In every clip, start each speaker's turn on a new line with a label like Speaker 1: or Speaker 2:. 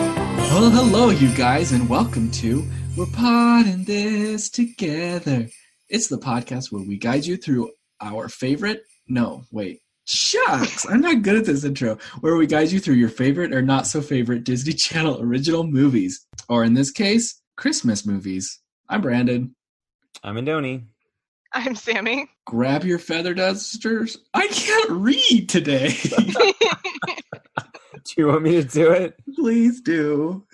Speaker 1: Well, hello, you guys, and welcome to We're Potting This Together. It's the podcast where we guide you through our favorite. No, wait. Shucks, I'm not good at this intro. Where we guide you through your favorite or not so favorite Disney Channel original movies, or in this case, Christmas movies. I'm Brandon.
Speaker 2: I'm Indoni.
Speaker 3: I'm Sammy.
Speaker 1: Grab your feather dusters. I can't read today.
Speaker 2: Do you want me to do it?
Speaker 1: Please do.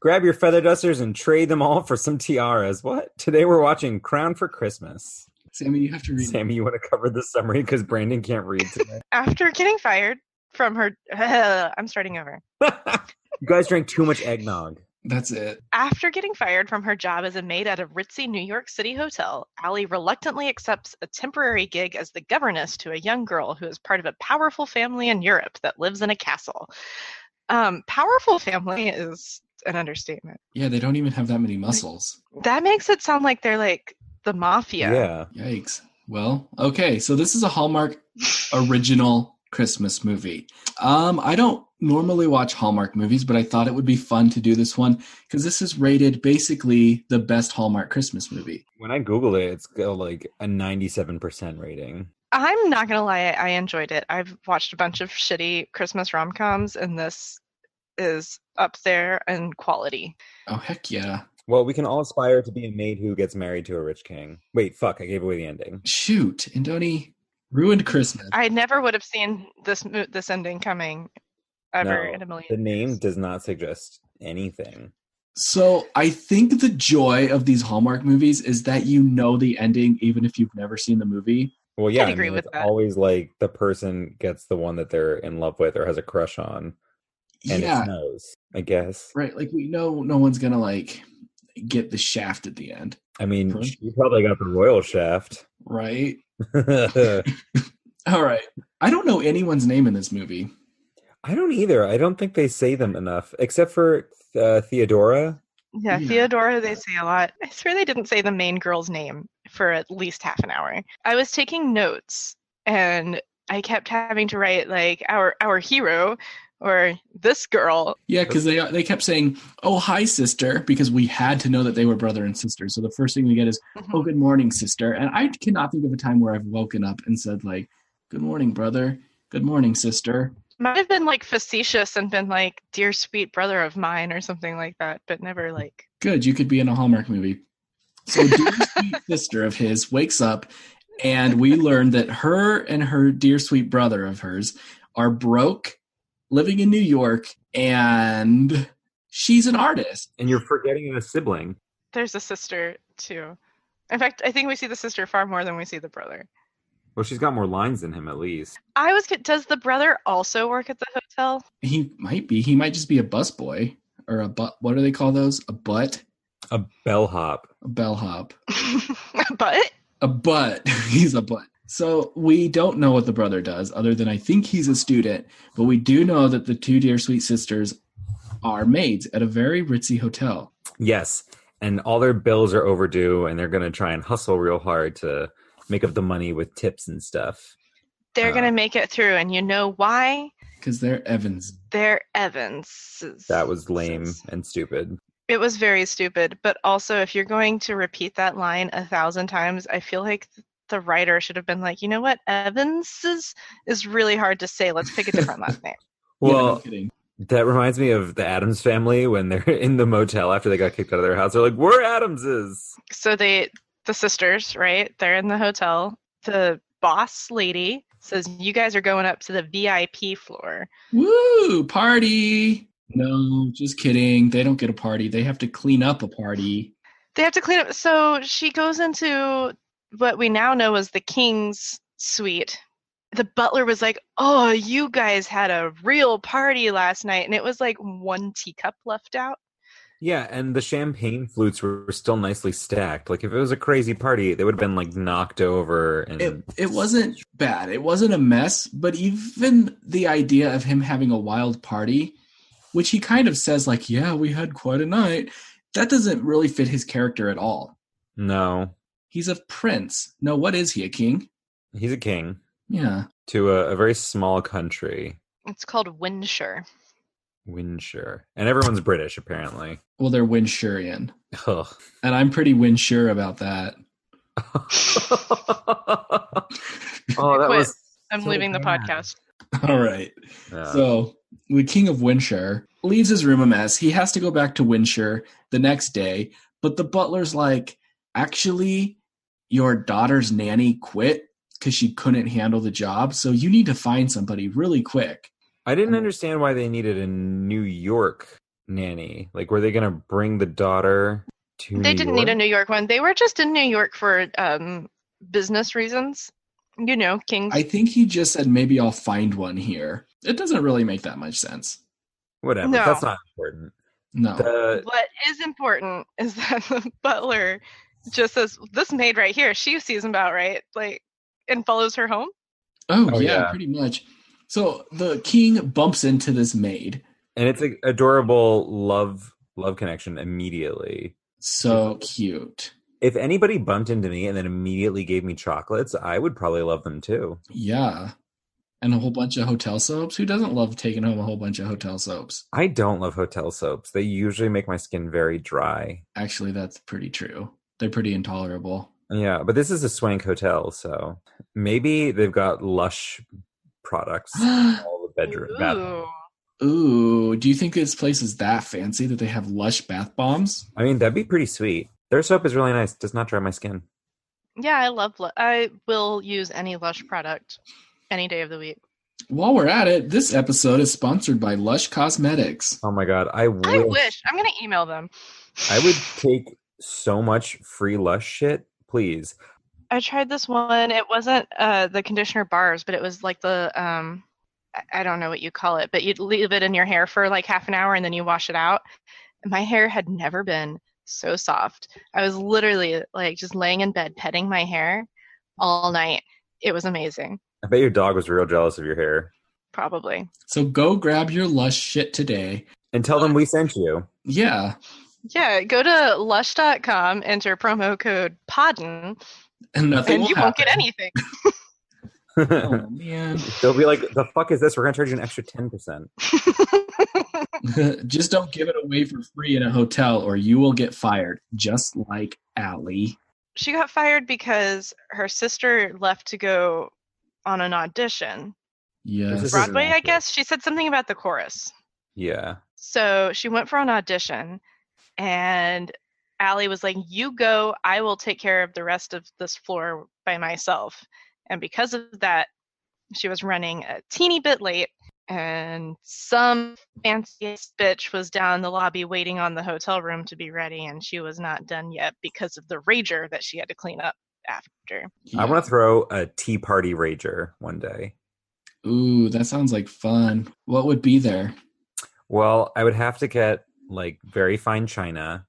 Speaker 2: Grab your feather dusters and trade them all for some tiaras. What? Today we're watching Crown for Christmas.
Speaker 1: Sammy, you have to read.
Speaker 2: Sammy, you want to cover the summary because Brandon can't read today.
Speaker 3: After getting fired from her, I'm starting over.
Speaker 2: you guys drank too much eggnog.
Speaker 1: That's it.
Speaker 3: After getting fired from her job as a maid at a ritzy New York City hotel, Allie reluctantly accepts a temporary gig as the governess to a young girl who is part of a powerful family in Europe that lives in a castle. Um, powerful family is an understatement.
Speaker 1: Yeah, they don't even have that many muscles.
Speaker 3: That makes it sound like they're like the mafia.
Speaker 2: Yeah.
Speaker 1: Yikes. Well, okay, so this is a Hallmark original Christmas movie. Um, I don't normally watch Hallmark movies, but I thought it would be fun to do this one because this is rated basically the best Hallmark Christmas movie.
Speaker 2: When I Googled it, it's got like a 97% rating.
Speaker 3: I'm not gonna lie, I enjoyed it. I've watched a bunch of shitty Christmas rom coms, and this is up there in quality.
Speaker 1: Oh heck yeah!
Speaker 2: Well, we can all aspire to be a maid who gets married to a rich king. Wait, fuck, I gave away the ending.
Speaker 1: Shoot, Indoni ruined Christmas.
Speaker 3: I never would have seen this mo- this ending coming ever
Speaker 2: No,
Speaker 3: in a million.
Speaker 2: The name
Speaker 3: years.
Speaker 2: does not suggest anything.
Speaker 1: So I think the joy of these Hallmark movies is that you know the ending even if you've never seen the movie.
Speaker 2: Well, yeah,
Speaker 3: I'd agree with
Speaker 2: it's
Speaker 3: that.
Speaker 2: always like the person gets the one that they're in love with or has a crush on, and
Speaker 1: yeah,
Speaker 2: it snows. I guess.
Speaker 1: right. Like we know no one's gonna like get the shaft at the end,
Speaker 2: I mean,
Speaker 1: Sure.
Speaker 2: she probably got the royal shaft.
Speaker 1: right?
Speaker 2: I
Speaker 1: All right. I don't know anyone's name in this movie.
Speaker 2: don't either. I don't think they say them enough, except for uh, Theodora.
Speaker 3: Yeah,
Speaker 1: Yeah.
Speaker 3: Theodora, they say a lot. I swear they didn't say the main girl's name for at least half an hour. I was taking notes and I kept having to write like our our hero or this girl.
Speaker 1: Yeah, because they they kept saying, "Oh, hi, sister," because we had to know that they were brother and sister. So the first thing we get is, "Oh, good morning, sister." And I cannot think of a time where I've woken up and said like, "Good morning, brother." "Good morning, sister."
Speaker 3: Might have been like facetious and been like dear sweet brother of mine or something like that, but never
Speaker 2: Mm-hmm.
Speaker 3: like
Speaker 1: Good, you could be in a Hallmark movie. So, dear sweet sister of his wakes up, and we learn that her and her dear sweet brother of hers are broke, living in New York, and she's an artist.
Speaker 2: And you're forgetting a sibling.
Speaker 3: there's a sister too. In fact, I think we see the sister far more than we see the brother.
Speaker 2: Well, she's got more lines than him, at least.
Speaker 3: I was does the brother also work at the hotel?
Speaker 1: He might be. He might just be a busboy or a butt. What do they call those? A butt,
Speaker 2: A bellhop.
Speaker 1: a bellhop,
Speaker 3: but
Speaker 1: a butt. he's a butt. So we don't know what the brother does, other than I think he's a student. But we do know that the two dear sweet sisters are maids at a very ritzy hotel.
Speaker 2: Yes. And all their bills are overdue, and they're going to try and hustle real hard to make up the money with tips and stuff.
Speaker 3: they're
Speaker 2: Uh,
Speaker 3: gonna make it through, and you know why?
Speaker 1: Because they're Evans.
Speaker 3: They're Evans.
Speaker 2: That was lame and stupid.
Speaker 3: It was very stupid, but also if you're going to repeat that line a thousand times, I feel like th- the writer should have been like, you know what, Evans is, is really hard to say. Let's pick a different last name.
Speaker 1: Yeah, no
Speaker 2: Well,
Speaker 1: kidding.
Speaker 2: That reminds me of the Adams family when they're in the motel after they got kicked out of their house. They're like, "We're Adamses."
Speaker 3: So they, the sisters, right? They're in the hotel. The boss lady says, "You guys are going up to the VIP floor."
Speaker 1: Woo! Party. No, just kidding. They don't get a party. They have to clean up a party.
Speaker 3: They have to clean up. So she goes into what we now know as the king's suite. The butler was like, "Oh, you guys had a real party last night," and it was like one teacup left out.
Speaker 2: Yeah, and the champagne flutes were still nicely stacked. Like if it was a crazy party, they would have been like knocked over. And
Speaker 1: It it wasn't bad. It wasn't a mess, but even the idea of him having a wild party, which he kind of says like, "Yeah, we had quite a night." That doesn't really fit his character at all.
Speaker 2: no,
Speaker 1: He's a prince. No, what is he? A king?
Speaker 2: he's a king
Speaker 1: Yeah.
Speaker 2: to a, a very small country.
Speaker 3: It's called Windshire.
Speaker 2: Winshire. And everyone's British, apparently.
Speaker 1: Well, they're Winshurian,
Speaker 2: Ugh.
Speaker 1: and I'm pretty Winsure about that.
Speaker 2: oh, that
Speaker 3: Quit.
Speaker 2: was.
Speaker 3: I'm
Speaker 2: so
Speaker 3: leaving the
Speaker 2: bad.
Speaker 3: podcast.
Speaker 1: All right.
Speaker 2: Yeah.
Speaker 1: So the king of Windsor leaves his room a mess. He has to go back to Windsor the next day, but the butler's like, actually, your daughter's nanny quit because she couldn't handle the job, so you need to find somebody really quick.
Speaker 2: I didn't understand why they needed a New York nanny. Like, were they going to bring the daughter to?
Speaker 3: They
Speaker 2: New
Speaker 3: didn't
Speaker 2: York?
Speaker 3: need a New York one. They were just in New York for um, business reasons. You know, kings.
Speaker 1: I think he just said maybe I'll find one here. It doesn't really make that much sense.
Speaker 2: Whatever.
Speaker 3: No.
Speaker 2: That's not important.
Speaker 1: No.
Speaker 2: The-
Speaker 3: what is important is that the butler just says, "This maid right here, she sees about right," like, and follows her home.
Speaker 1: Oh,
Speaker 2: Oh,
Speaker 1: yeah,
Speaker 2: yeah.
Speaker 1: pretty much. So the king bumps into this maid.
Speaker 2: and it's an adorable love love connection immediately.
Speaker 1: So cute.
Speaker 2: If anybody bumped into me and then immediately gave me chocolates, I would probably love them too.
Speaker 1: Yeah. And a whole bunch of hotel soaps. Who doesn't love taking home a whole bunch of hotel soaps?
Speaker 2: I don't love hotel soaps. They usually make my skin very dry.
Speaker 1: Actually, that's pretty true. They're pretty intolerable.
Speaker 2: Yeah, but this is a swank hotel, so maybe they've got lush products in all the bedroom. bathroom.
Speaker 3: Ooh.
Speaker 1: Ooh, do you think this place is that fancy that they have lush bath bombs?
Speaker 2: I mean, that'd be pretty sweet. Their soap is really nice. Does not dry my skin.
Speaker 3: Yeah, I love. Lu- I will use any Lush product any day of the week.
Speaker 1: While we're at it, this episode is sponsored by Lush Cosmetics.
Speaker 2: Oh my god, I wish
Speaker 3: I
Speaker 2: I,
Speaker 3: wish I'm gonna email them.
Speaker 2: would take so much free lush shit, please.
Speaker 3: I tried this one. It wasn't uh, the conditioner bars, but it was like the um, I- I don't know what you call it, but you'd leave it in your hair for like half an hour and then you wash it out. And my hair had never been so soft. I was literally like just laying in bed petting my hair all night. It was amazing.
Speaker 2: I bet your dog was real jealous of your hair.
Speaker 3: Probably.
Speaker 1: So go grab your lush shit today.
Speaker 2: And tell them we sent you.
Speaker 1: Yeah.
Speaker 3: Yeah, go to lush.com, enter promo code PODDEN,
Speaker 1: And nothing
Speaker 3: and
Speaker 1: will
Speaker 3: you won't get
Speaker 1: happen.
Speaker 3: anything.
Speaker 1: Oh, man.
Speaker 2: They'll be like, "The fuck is this? We're gonna charge you an extra ten percent."
Speaker 1: Just don't give it away for free in a hotel or you will get fired, just like Allie.
Speaker 3: she got fired because her sister left to go on an audition
Speaker 2: This
Speaker 1: Yes.
Speaker 2: is-
Speaker 3: Broadway, I
Speaker 2: inaccurate.
Speaker 3: guess. She said something about the chorus.
Speaker 2: Yeah.
Speaker 3: So she went for an audition, and Allie was like, You go, I will take care of the rest of this floor by myself. And because of that, she was running a teeny bit late, and some fancy bitch was down the lobby waiting on the hotel room to be ready, and she was not done yet because of the rager that she had to clean up after.
Speaker 2: I want to throw a tea party rager one day.
Speaker 1: Ooh, that sounds like fun. What would be there?
Speaker 2: Well, I would have to get like very fine china,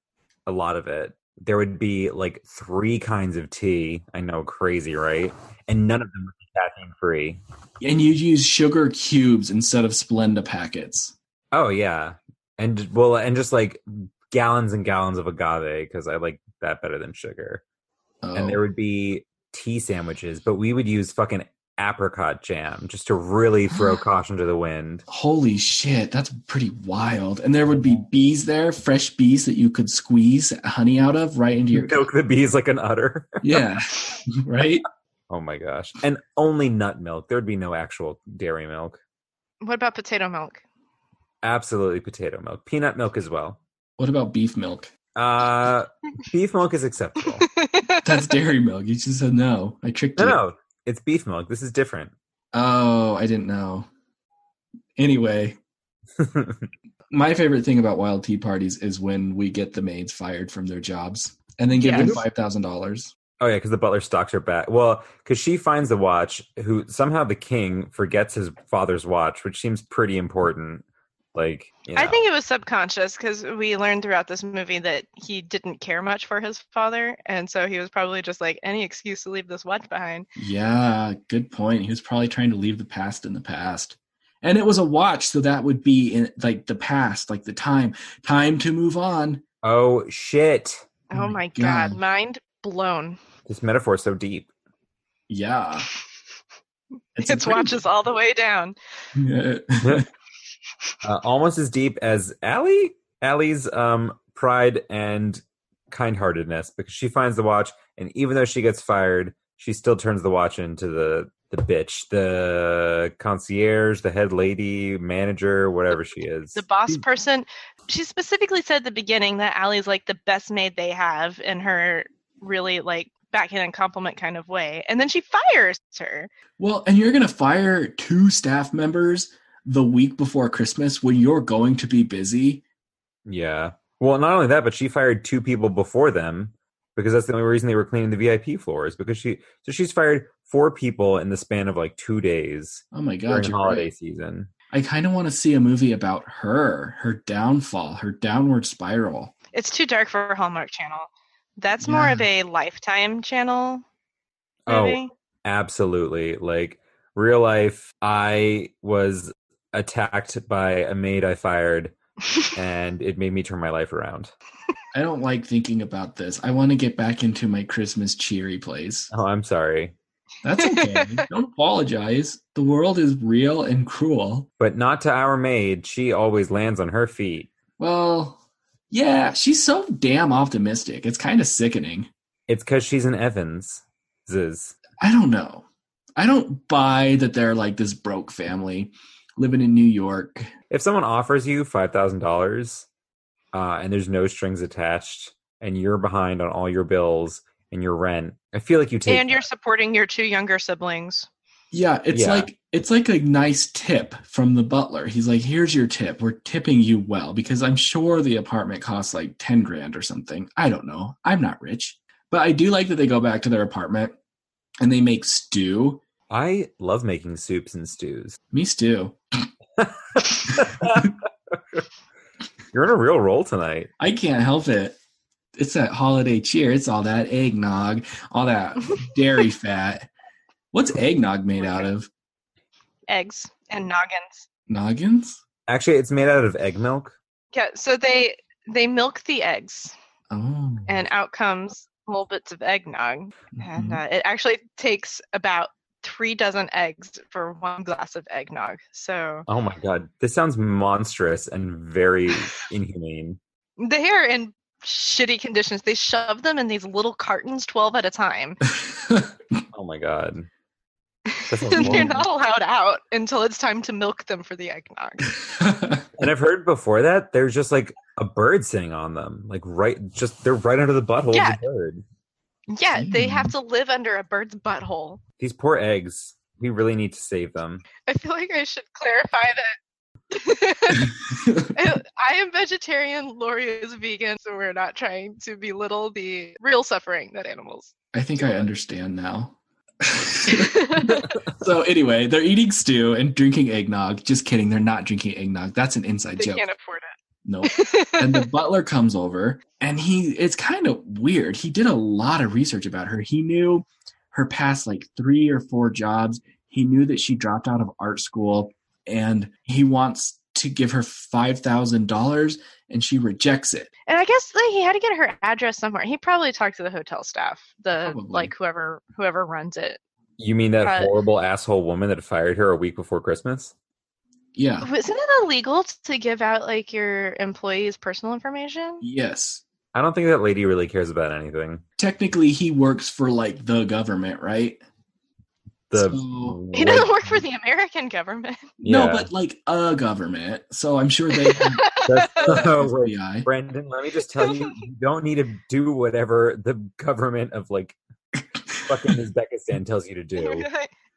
Speaker 2: a lot of it. There would be like three kinds of tea. I know, crazy, right? And none of them would be caffeine free.
Speaker 1: And you'd use sugar cubes instead of Splenda packets.
Speaker 2: Oh yeah, and well, and just like gallons and gallons of agave because I like that better than sugar.
Speaker 1: Oh,
Speaker 2: And there would be tea sandwiches, but we would use fucking apricot jam just to really throw caution to the wind.
Speaker 1: holy shit, that's pretty wild. And there would be bees there, fresh bees that you could squeeze honey out of right into your.
Speaker 2: Milk the bees like an udder.
Speaker 1: Yeah, right?
Speaker 2: Oh my gosh! And only nut milk. There would be no actual dairy milk.
Speaker 3: What about potato milk?
Speaker 2: Absolutely potato milk. Peanut milk as well.
Speaker 1: What about beef milk?
Speaker 2: Uh beef milk is acceptable.
Speaker 1: That's dairy milk. You just said no. I tricked
Speaker 2: No,
Speaker 1: you.
Speaker 2: no. It's beef milk. This is different.
Speaker 1: Oh, I didn't know. Anyway, my favorite thing about wild tea parties is when we get the maids fired from their jobs and then give them
Speaker 3: Yes.
Speaker 1: $5,000.
Speaker 2: oh yeah, because the butler stalks her back. Well, because she finds the watch, who somehow the king forgets his father's watch, which seems pretty important. Like you know.
Speaker 3: I think it was subconscious because we learned throughout this movie that he didn't care much for his father, and so he was probably just like any excuse to leave this watch behind.
Speaker 1: Yeah, good point. He was probably trying to leave the past in the past. And it was a watch, so that would be in like the past, like the time. Time to move on.
Speaker 2: Oh shit.
Speaker 3: Oh, my, god. mind blown.
Speaker 2: This metaphor is so deep.
Speaker 1: Yeah.
Speaker 3: It's,
Speaker 1: a pretty-
Speaker 3: watches all the way down.
Speaker 1: Yeah.
Speaker 2: uh, almost as deep as Allie. Allie's um, pride and kindheartedness because she finds the watch, and even though she gets fired, she still turns the watch into the the bitch, the concierge, the head lady, manager, whatever she is.
Speaker 3: The boss person, she specifically said at the beginning that Allie's like the best maid they have in her really like backhand compliment kind of way. And then she fires her.
Speaker 1: Well, and you're going to fire two staff members the week before Christmas when you're going to be busy.
Speaker 2: Yeah. Well, not only that, but she fired two people before them because that's the only reason they were cleaning the VIP floors. Because she, so she's fired four people in the span of like two days
Speaker 1: Oh my God,
Speaker 2: during
Speaker 1: you're
Speaker 2: holiday
Speaker 1: right.
Speaker 2: season.
Speaker 1: I kind of want to see a movie about her, her downfall, her downward spiral.
Speaker 3: It's too dark for Hallmark Channel. That's more
Speaker 1: Yeah.
Speaker 3: of a lifetime channel
Speaker 2: Oh.
Speaker 3: movie.
Speaker 2: Absolutely. Like real life, I was attacked by a maid I fired, and it made me turn my life around.
Speaker 1: I don't like thinking about this. I want to get back into my Christmas cheery place.
Speaker 2: Oh, I'm sorry.
Speaker 1: That's okay. don't apologize. The world is real and cruel.
Speaker 2: But not to our maid. She always lands on her feet.
Speaker 1: Well, yeah, she's so damn optimistic. It's kind of sickening.
Speaker 2: It's because she's an Evans. Ziz.
Speaker 1: I don't know. I don't buy that they're like this broke family living in New York.
Speaker 2: If someone offers you $5,000 uh, and there's no strings attached and you're behind on all your bills and your rent, I feel like you take
Speaker 3: and you're supporting your two younger siblings.
Speaker 1: Yeah, it's
Speaker 2: Yeah.
Speaker 1: like it's like a nice tip from the butler. He's like, "Here's your tip. We're tipping you well because I'm sure the apartment costs like 10 grand or something. I don't know. I'm not rich." But I do like that they go back to their apartment and they make stew.
Speaker 2: I love making soups and stews.
Speaker 1: Me stew.
Speaker 2: You're in a real roll tonight.
Speaker 1: I can't help it. It's that holiday cheer. It's all that eggnog, all that dairy fat. What's eggnog made out of?
Speaker 3: Eggs and noggins.
Speaker 1: Noggins?
Speaker 2: Actually, it's made out of egg milk.
Speaker 3: Yeah, so they they milk the eggs
Speaker 1: Oh.
Speaker 3: and out comes little bits of eggnog. And
Speaker 1: Mhm.
Speaker 3: uh, it actually takes about three dozen eggs for one glass of eggnog. So
Speaker 2: Oh my god, this sounds monstrous and very inhumane.
Speaker 3: they are in shitty conditions. They shove them in these little cartons, 12 at a time.
Speaker 2: Oh my god, That sounds
Speaker 3: and they're
Speaker 2: horrible.
Speaker 3: not allowed out until it's time to milk them for the eggnog.
Speaker 2: and I've heard before that there's just like a bird sitting on them, like right, just they're right under the butthole
Speaker 3: Yeah.
Speaker 2: of the bird.
Speaker 3: Yeah, they have
Speaker 1: Mm.
Speaker 3: to live under a bird's butthole.
Speaker 2: These poor eggs. We really need to save them.
Speaker 3: I feel like I should clarify that. I I am vegetarian, Lori is vegan, so we're not trying to belittle the real suffering that animals.
Speaker 1: I think I understand now. so anyway, they're eating stew and drinking eggnog. Just kidding, they're not drinking eggnog. That's an inside
Speaker 3: they
Speaker 1: joke.
Speaker 3: can't afford
Speaker 1: No.
Speaker 3: it.
Speaker 1: and the butler comes over and he it's kind of weird he did a lot of research about her he knew her past like three or four jobs he knew that she dropped out of art school and he wants to give her $5000 and she rejects it
Speaker 3: And I guess like, he had to get her address somewhere. He probably talked to the hotel staff, the
Speaker 1: Probably.
Speaker 3: like whoever whoever runs it.
Speaker 2: You mean that
Speaker 3: Uh,
Speaker 2: horrible asshole woman that fired her a week before Christmas?
Speaker 1: yeah
Speaker 3: Isn't it illegal to give out like your employees' personal information?
Speaker 1: yes
Speaker 2: I don't think that lady really cares about anything.
Speaker 1: technically he works for like the government right
Speaker 2: The
Speaker 1: So-
Speaker 3: He doesn't work for the American government.
Speaker 1: no
Speaker 2: Yeah.
Speaker 1: but like a government so i'm sure they have
Speaker 2: That's so weird.
Speaker 1: FBI.
Speaker 2: Brandon, let me just tell you, you don't need to do whatever the government of like fucking Uzbekistan tells you to do.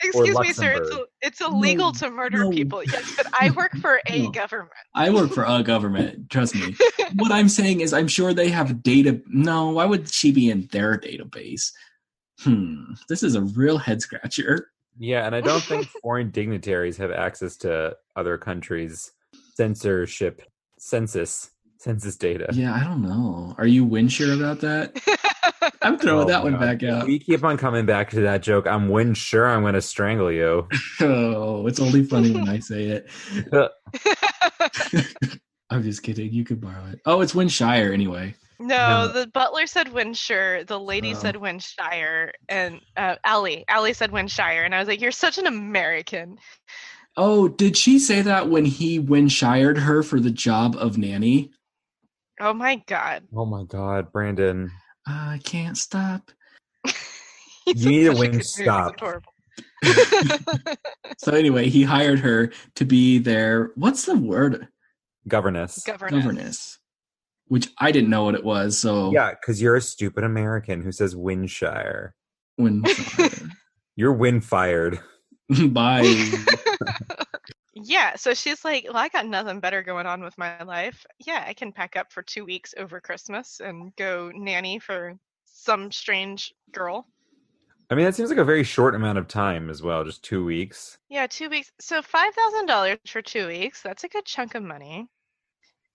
Speaker 3: Excuse me, sir. It's,
Speaker 2: Luxembourg.
Speaker 3: it's illegal
Speaker 1: No,
Speaker 3: to murder
Speaker 1: no.
Speaker 3: people. Yes, but I work for a
Speaker 1: No.
Speaker 3: government.
Speaker 1: I work for a government. Trust me. what I'm saying is, I'm sure they have data. No, why would she be in their database? Hmm. This is a real head scratcher.
Speaker 2: Yeah, and I don't think foreign dignitaries have access to other countries' censorship, census, census data.
Speaker 1: Yeah, I don't know. Are you winsure about that? I'm throwing
Speaker 2: Oh,
Speaker 1: that one
Speaker 2: God.
Speaker 1: back out.
Speaker 2: We keep on coming back to that joke. I'm win sure I'm going to strangle you.
Speaker 1: Oh, it's only funny when I say it. I'm just kidding. You could borrow it. Oh, it's Winshire anyway.
Speaker 3: no,
Speaker 2: No.
Speaker 3: the butler said Winshire. The lady
Speaker 1: Oh.
Speaker 3: said Winshire, and uh, Allie, Allie said Winshire, and I was like, "You're such an American."
Speaker 1: Oh, did she say that when he when shired her for the job of nanny?
Speaker 3: Oh my god.
Speaker 2: Oh my God, Brandon.
Speaker 1: I can't stop.
Speaker 3: He's
Speaker 2: You need a
Speaker 3: such good
Speaker 2: wing
Speaker 3: dude. He's
Speaker 2: stop.
Speaker 3: adorable.
Speaker 1: So anyway, he hired her to be their what's the word
Speaker 2: Governess.
Speaker 3: Governess.
Speaker 1: governess, which I didn't know what it was. So
Speaker 2: Yeah, because you're a stupid American who says Windshire.
Speaker 1: when
Speaker 2: You're wind fired.
Speaker 1: bye.
Speaker 3: Yeah, so she's like, Well, I got nothing better going on with my life. Yeah, I can pack up for two weeks over Christmas and go nanny for some strange girl.
Speaker 2: I mean, that seems like a very short amount of time as well, just two weeks.
Speaker 3: Yeah, two weeks. So $5,000 for two weeks. That's a good chunk of money.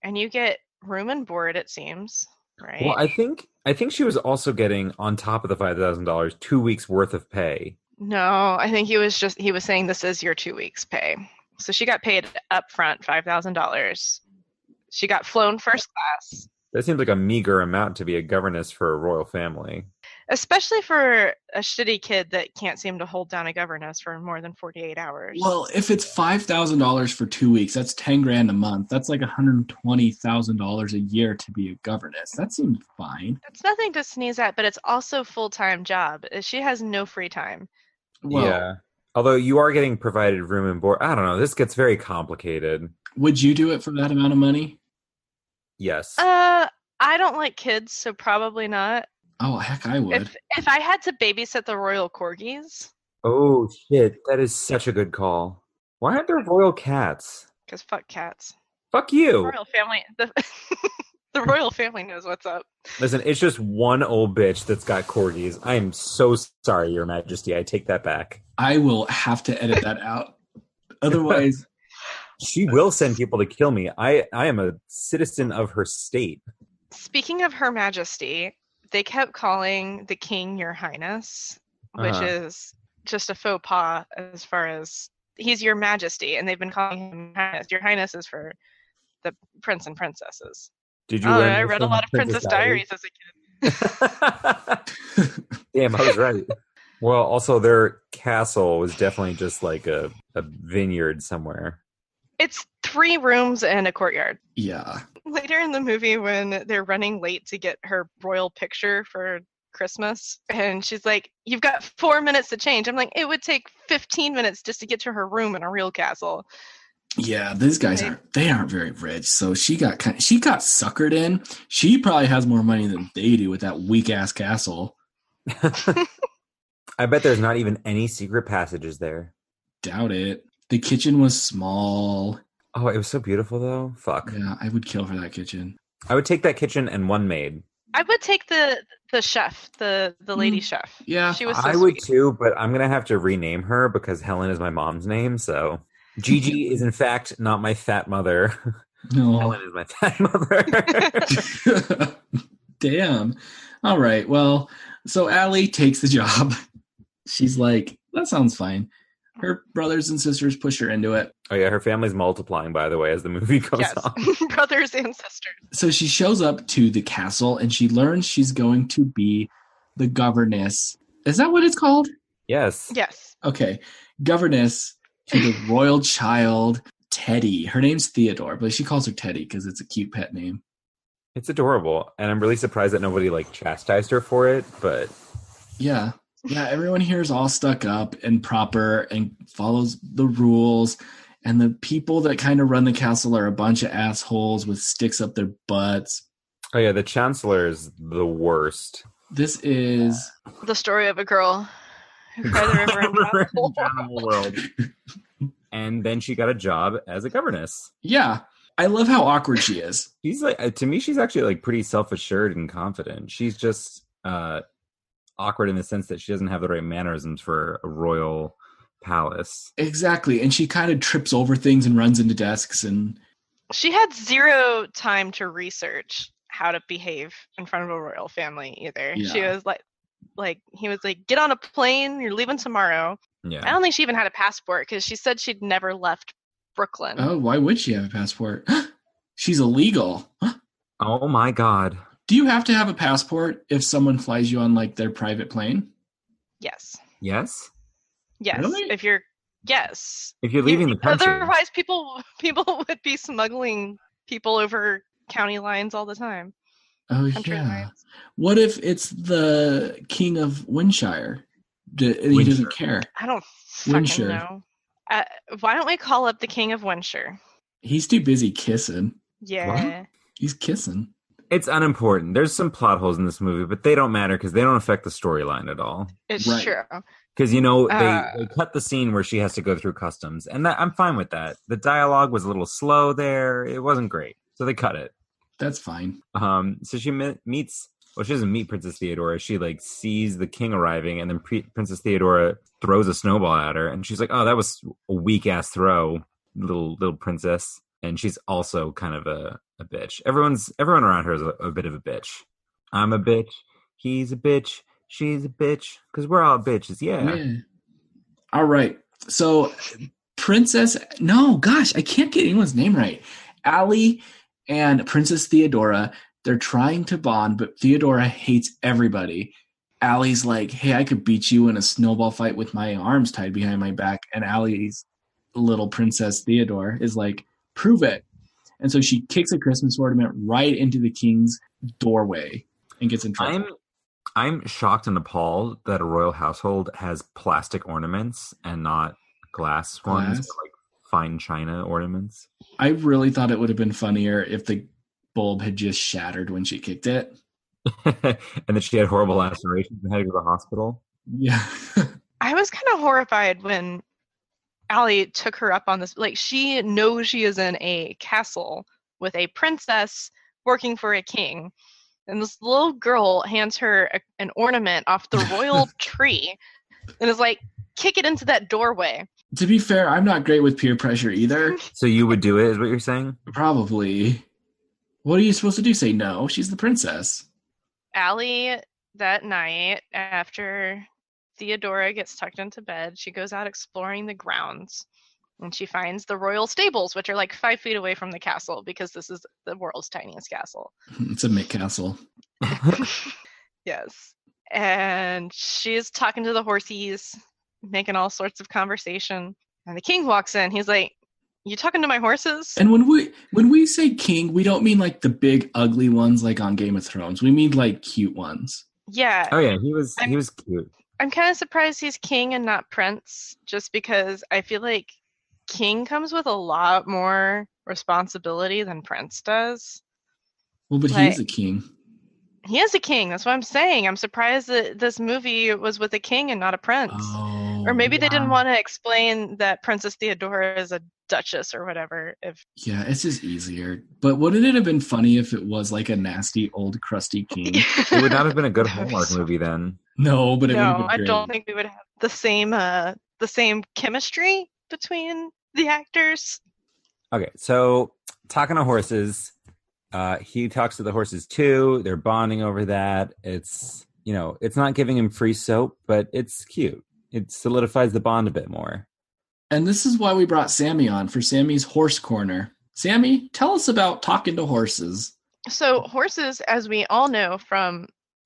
Speaker 3: And you get room and board, it seems, right?
Speaker 2: Well, I think I think she was also getting on top of the five thousand dollars, two weeks worth of pay.
Speaker 3: No, I think he was just he was saying this is your two weeks pay. So she got paid up front five thousand dollars. She got flown first class,
Speaker 2: That seems like a meager amount to be a governess for a royal family.
Speaker 3: especially for a shitty kid that can't seem to hold down a governess for more than forty eight hours.
Speaker 1: Well, if it's five thousand dollars for two weeks, that's ten grand a month. That's like one hundred twenty thousand dollars a year to be a governess. That seems fine.
Speaker 3: it's nothing to sneeze at, but it's also full time job. eh, She has no free time.
Speaker 1: Well,
Speaker 2: yeah. Although you are getting provided room and board. I don't know. This gets very complicated.
Speaker 1: would you do it for that amount of money?
Speaker 2: Yes.
Speaker 3: Uh, I don't like kids, so probably not.
Speaker 1: Oh heck, I would.
Speaker 3: If if I had to babysit the royal corgis,
Speaker 2: oh shit. That is such a good call. Why aren't there royal cats?
Speaker 3: because fuck cats.
Speaker 2: Fuck you.
Speaker 3: royal family the, the royal family knows what's up
Speaker 2: Listen, it's just one old bitch that's got corgis. I am so sorry, Your Majesty. I take that back.
Speaker 1: I will have to edit that out. Otherwise,
Speaker 2: She will send people to kill me. I, I am a citizen of her state.
Speaker 3: speaking of her majesty they kept calling the king your highness which
Speaker 2: Uh-huh.
Speaker 3: is just a faux pas as far as he's your majesty and they've been calling him highness your highness is for the prince and princesses
Speaker 2: Did you?
Speaker 3: oh
Speaker 2: learn
Speaker 3: i
Speaker 2: this
Speaker 3: read a
Speaker 2: from
Speaker 3: lot of princess diaries as a kid
Speaker 2: Diaries? Damn, I was right. Well, also their castle was definitely just like a, a vineyard somewhere.
Speaker 3: it's three rooms and a courtyard
Speaker 1: yeah.
Speaker 3: later in the movie when they're running late to get her royal picture for Christmas and she's like, You've got four minutes to change. I'm like, it would take fifteen minutes just to get to her room in a real castle.
Speaker 1: Yeah, these guys aren't they aren't very rich. So she got kind she got suckered in. She probably has more money than they do with that weak ass castle.
Speaker 2: I bet there's not even any secret passages there.
Speaker 1: Doubt it. The kitchen was small.
Speaker 2: Oh, it was so beautiful though. Fuck.
Speaker 1: Yeah, I would kill for that kitchen.
Speaker 2: I would take that kitchen and one maid.
Speaker 3: I would take the the chef, the the lady chef.
Speaker 1: Yeah.
Speaker 3: She was so
Speaker 2: I would
Speaker 3: sweet.
Speaker 2: too, but I'm gonna have to rename her because Helen is my mom's name. So Gigi is in fact not my fat mother.
Speaker 1: No.
Speaker 2: Helen is my fat mother.
Speaker 1: Damn. All right. Well, so Allie takes the job. She's like, that sounds fine. Her brothers and sisters push her into it.
Speaker 2: oh yeah, her family's multiplying by the way as the movie goes on.
Speaker 3: Yes. Brothers and sisters.
Speaker 1: So she shows up to the castle and she learns she's going to be the governess. Is that what it's called?
Speaker 2: Yes.
Speaker 3: Yes.
Speaker 1: Okay. Governess to the royal child, Teddy. Her name's Theodore, but she calls her Teddy because it's a cute pet name.
Speaker 2: It's adorable. And I'm really surprised that nobody like chastised her for it, but
Speaker 1: Yeah. Yeah, everyone here is all stuck up and proper and follows the rules. And the people that kind of run the castle are a bunch of assholes with sticks up their butts.
Speaker 2: oh yeah, the chancellor is the worst.
Speaker 1: This is
Speaker 3: The story of a girl who cried the river and drowned the whole
Speaker 2: Around the world. And then she got a job as a governess.
Speaker 1: yeah. I love how awkward she is.
Speaker 2: She's like uh, to me, she's actually like pretty self assured and confident. She's just uh awkward in the sense that she doesn't have the right mannerisms for a royal palace.
Speaker 1: Exactly. And she kind of trips over things and runs into desks and
Speaker 3: She had zero time to research how to behave in front of a royal family either. She
Speaker 1: Yeah.
Speaker 3: was like like he was like get on a plane you're leaving tomorrow i
Speaker 2: Yeah.
Speaker 3: don't think she even had a passport because she said she'd never left brooklyn
Speaker 1: oh, why would she have a passport? She's illegal.
Speaker 2: Oh my god.
Speaker 1: Do you have to have a passport if someone flies you on like their private plane?
Speaker 3: yes
Speaker 2: Yes.
Speaker 3: yes
Speaker 1: Really?
Speaker 3: if you're Yes.
Speaker 2: If you're leaving the country,
Speaker 3: Otherwise, people people would be smuggling people over county lines all the time.
Speaker 1: Oh
Speaker 3: Country
Speaker 1: yeah.
Speaker 3: lines.
Speaker 1: What if it's the king of Winshire? D- and he
Speaker 2: Windshire.
Speaker 1: doesn't care.
Speaker 3: I don't fucking
Speaker 1: Windsure.
Speaker 3: know. Uh, why don't we call up the king of Windsure?
Speaker 1: He's too busy kissing.
Speaker 3: Yeah.
Speaker 1: He's kissing.
Speaker 2: it's unimportant. There's some plot holes in this movie, but they don't matter because they don't affect the storyline at all.
Speaker 3: It's
Speaker 1: Right.
Speaker 3: true.
Speaker 2: Because you know they,
Speaker 3: Uh.
Speaker 2: they cut the scene where she has to go through customs, and that, I'm fine with that. The dialogue was a little slow there; it wasn't great, so they cut it.
Speaker 1: That's fine.
Speaker 2: Um, so she me- meets. Well, she doesn't meet Princess Theodora. She like sees the king arriving, and then pre- Princess Theodora throws a snowball at her, and she's like, "Oh, that was a weak ass throw, little little princess." And she's also kind of a, a bitch. Everyone's everyone around her is a, a bit of a bitch. I'm a bitch. He's a bitch. She's a bitch. Because we're all bitches. Yeah.
Speaker 1: Yeah. All right. So, Princess. No, gosh, I can't get anyone's name right. Allie and Princess Theodora. They're trying to bond, but Theodora hates everybody. Allie's like, "Hey, I could beat you in a snowball fight with my arms tied behind my back," and Allie's little princess Theodore is like, "Prove it!" And so she kicks a Christmas ornament right into the king's doorway and gets in trouble.
Speaker 2: I'm I'm shocked and appalled that a royal household has plastic ornaments and not glass, ones,
Speaker 1: Glass?
Speaker 2: or, like fine china ornaments.
Speaker 1: I really thought it would have been funnier if the bulb had just shattered when she kicked it.
Speaker 2: and then she had horrible lacerations and had to go to the hospital.
Speaker 1: Yeah.
Speaker 3: I was kind of horrified when Allie took her up on this. Like, she knows she is in a castle with a princess working for a king. And this little girl hands her a, an ornament off the royal tree and is like, kick it into that doorway.
Speaker 1: to be fair, I'm not great with peer pressure either.
Speaker 2: So you would do it, is what you're saying?
Speaker 1: Probably. What are you supposed to do? Say no? She's the princess.
Speaker 3: Allie, that night, after Theodora gets tucked into bed, she goes out exploring the grounds and she finds the royal stables, which are like five feet away from the castle because this is the world's tiniest castle.
Speaker 1: It's a McCastle.
Speaker 3: yes. And she's talking to the horsies, making all sorts of conversation. And the king walks in. He's like, You talking to my horses?
Speaker 1: And when we when we say king, we don't mean like the big ugly ones like on Game of Thrones. We mean like cute ones.
Speaker 3: yeah.
Speaker 2: Oh yeah, he was
Speaker 3: I'm-
Speaker 2: he was cute.
Speaker 3: I'm kind of surprised he's king and not prince, just because I feel like king comes with a lot more responsibility than prince does.
Speaker 1: Well, but he
Speaker 3: Right.
Speaker 1: is a king.
Speaker 3: He is a king. That's what I'm saying. I'm surprised that this movie was with a king and not a prince.
Speaker 1: Oh,
Speaker 3: or maybe they didn't
Speaker 2: yeah.
Speaker 3: want to explain that Princess Theodora is a duchess or whatever. If
Speaker 1: yeah, it's just easier. But wouldn't it have been funny if it was like a nasty old crusty king?
Speaker 2: It would not have been a good
Speaker 3: That would be
Speaker 2: Hallmark
Speaker 3: so-
Speaker 2: movie then.
Speaker 1: No, but it would have
Speaker 3: no,
Speaker 1: been
Speaker 3: I
Speaker 1: great.
Speaker 3: don't think we would have the same uh the same chemistry between the actors.
Speaker 2: Okay, so talking to horses, uh, he talks to the horses too. They're bonding over that. It's you know, it's not giving him free soap, but it's cute. It solidifies the bond a bit more.
Speaker 1: And this is why we brought Sammy on for Sammy's horse corner. Sammy, tell us about talking to horses.
Speaker 3: So horses, as we all know from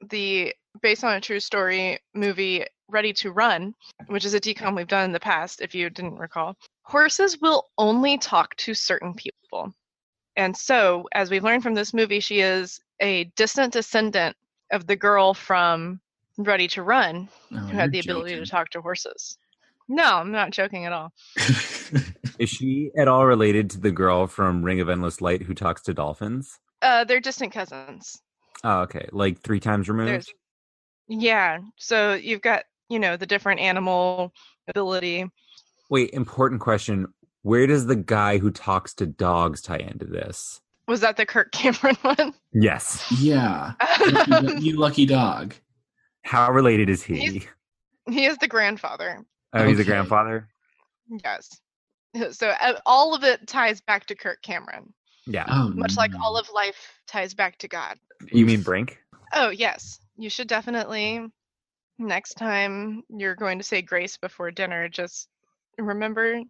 Speaker 3: the based on a true story movie Ready to Run, which is a decom we've done in the past, if you didn't recall, horses will only talk to certain people. And so, as we learned from this movie, she is a distant descendant of the girl from Ready to Run
Speaker 1: Oh,
Speaker 3: who had the ability to talk to horses. No, I'm not joking at all.
Speaker 1: talk.
Speaker 2: Is she at all related to the girl from Ring of Endless Light who talks to dolphins?
Speaker 3: Uh, they're distant cousins.
Speaker 2: Oh, okay. Like three times removed?
Speaker 3: There's, yeah. So you've got, you know, the different animal ability.
Speaker 2: Wait, important question. Where does the guy who talks to dogs tie into this?
Speaker 3: Was that the Kirk Cameron one?
Speaker 2: Yes.
Speaker 1: yeah. Lucky do-
Speaker 3: Um,
Speaker 1: you lucky dog.
Speaker 2: How related is he?
Speaker 3: He's- he is the grandfather.
Speaker 2: Oh, he's a
Speaker 1: Okay.
Speaker 2: grandfather?
Speaker 3: Yes. So uh, all of it ties back to Kirk Cameron,
Speaker 2: Yeah.
Speaker 1: Oh,
Speaker 3: much like all of life ties back to God.
Speaker 2: You mean Brink?
Speaker 3: Oh, yes. You should definitely, next time you're going to say grace before dinner, just remember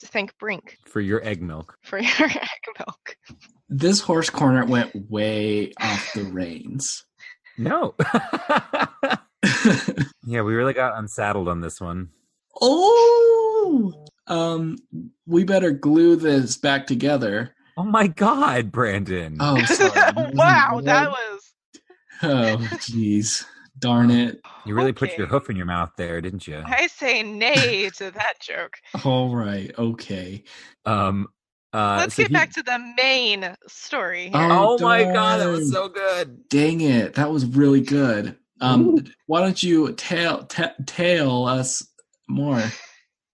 Speaker 3: to thank Brink
Speaker 2: For your egg milk.
Speaker 3: for your egg milk.
Speaker 1: this horse corner went way off the reins.
Speaker 2: No. yeah, we really got unsaddled on this one.
Speaker 1: oh, um, we better glue this back together.
Speaker 2: Oh my God, Brandon.
Speaker 1: Oh, sorry.
Speaker 3: wow, that was
Speaker 1: Oh, jeez. Darn it.
Speaker 2: you really put
Speaker 3: okay.
Speaker 2: your hoof in your mouth there, didn't you?
Speaker 3: I say nay to that joke.
Speaker 1: All right. Okay.
Speaker 2: Um, uh,
Speaker 3: Let's
Speaker 2: so
Speaker 3: get
Speaker 2: he-
Speaker 3: back to the main story. here.
Speaker 1: Oh,
Speaker 2: Oh my God, that
Speaker 1: darn.
Speaker 2: was so good.
Speaker 1: Dang it. That was really good.
Speaker 2: Ooh.
Speaker 1: Um, why don't you tail ta tail us more?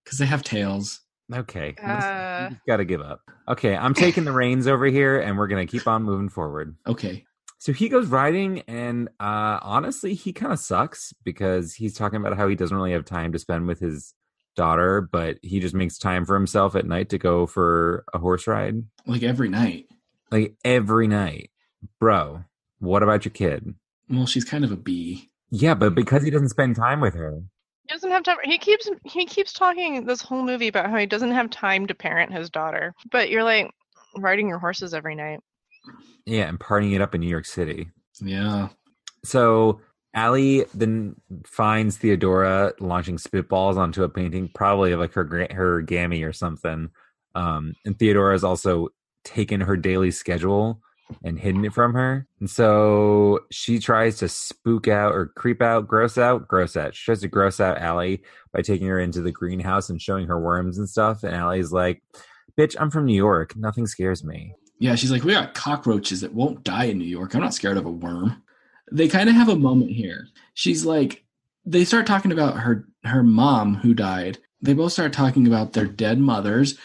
Speaker 1: Because they have tails.
Speaker 2: Okay,
Speaker 3: Uh.
Speaker 2: got to give up. Okay, I'm taking the reins over here, and we're gonna keep on moving forward.
Speaker 1: Okay.
Speaker 2: So he goes riding, and uh, honestly, he kind of sucks because he's talking about how he doesn't really have time to spend with his daughter, but he just makes time for himself at night to go for a horse ride,
Speaker 1: Like every night.
Speaker 2: like every night. Bro, what about your kid?
Speaker 1: Well, she's kind of a bee.
Speaker 2: Yeah, but because he doesn't spend time with her,
Speaker 3: He doesn't have time. He keeps he keeps talking this whole movie about how he doesn't have time to parent his daughter. But you're like riding your horses every night.
Speaker 2: yeah, and partying it up in New York City.
Speaker 1: Yeah.
Speaker 2: So Allie then finds Theodora launching spitballs onto a painting, probably of like her gra- her gammy or something. Um, and Theodora has also taken her daily schedule and hidden it from her. And so she tries to spook out or creep out, gross out, gross out. She tries to gross out Allie by taking her into the greenhouse and showing her worms and stuff. And Allie's like, "Bitch, I'm from New York. Nothing scares me."
Speaker 1: Yeah, she's like, we got cockroaches that won't die in New York. I'm not scared of a worm. They kind of have a moment here. She's like, they start talking about her her mom who died. They both start talking about their dead mothers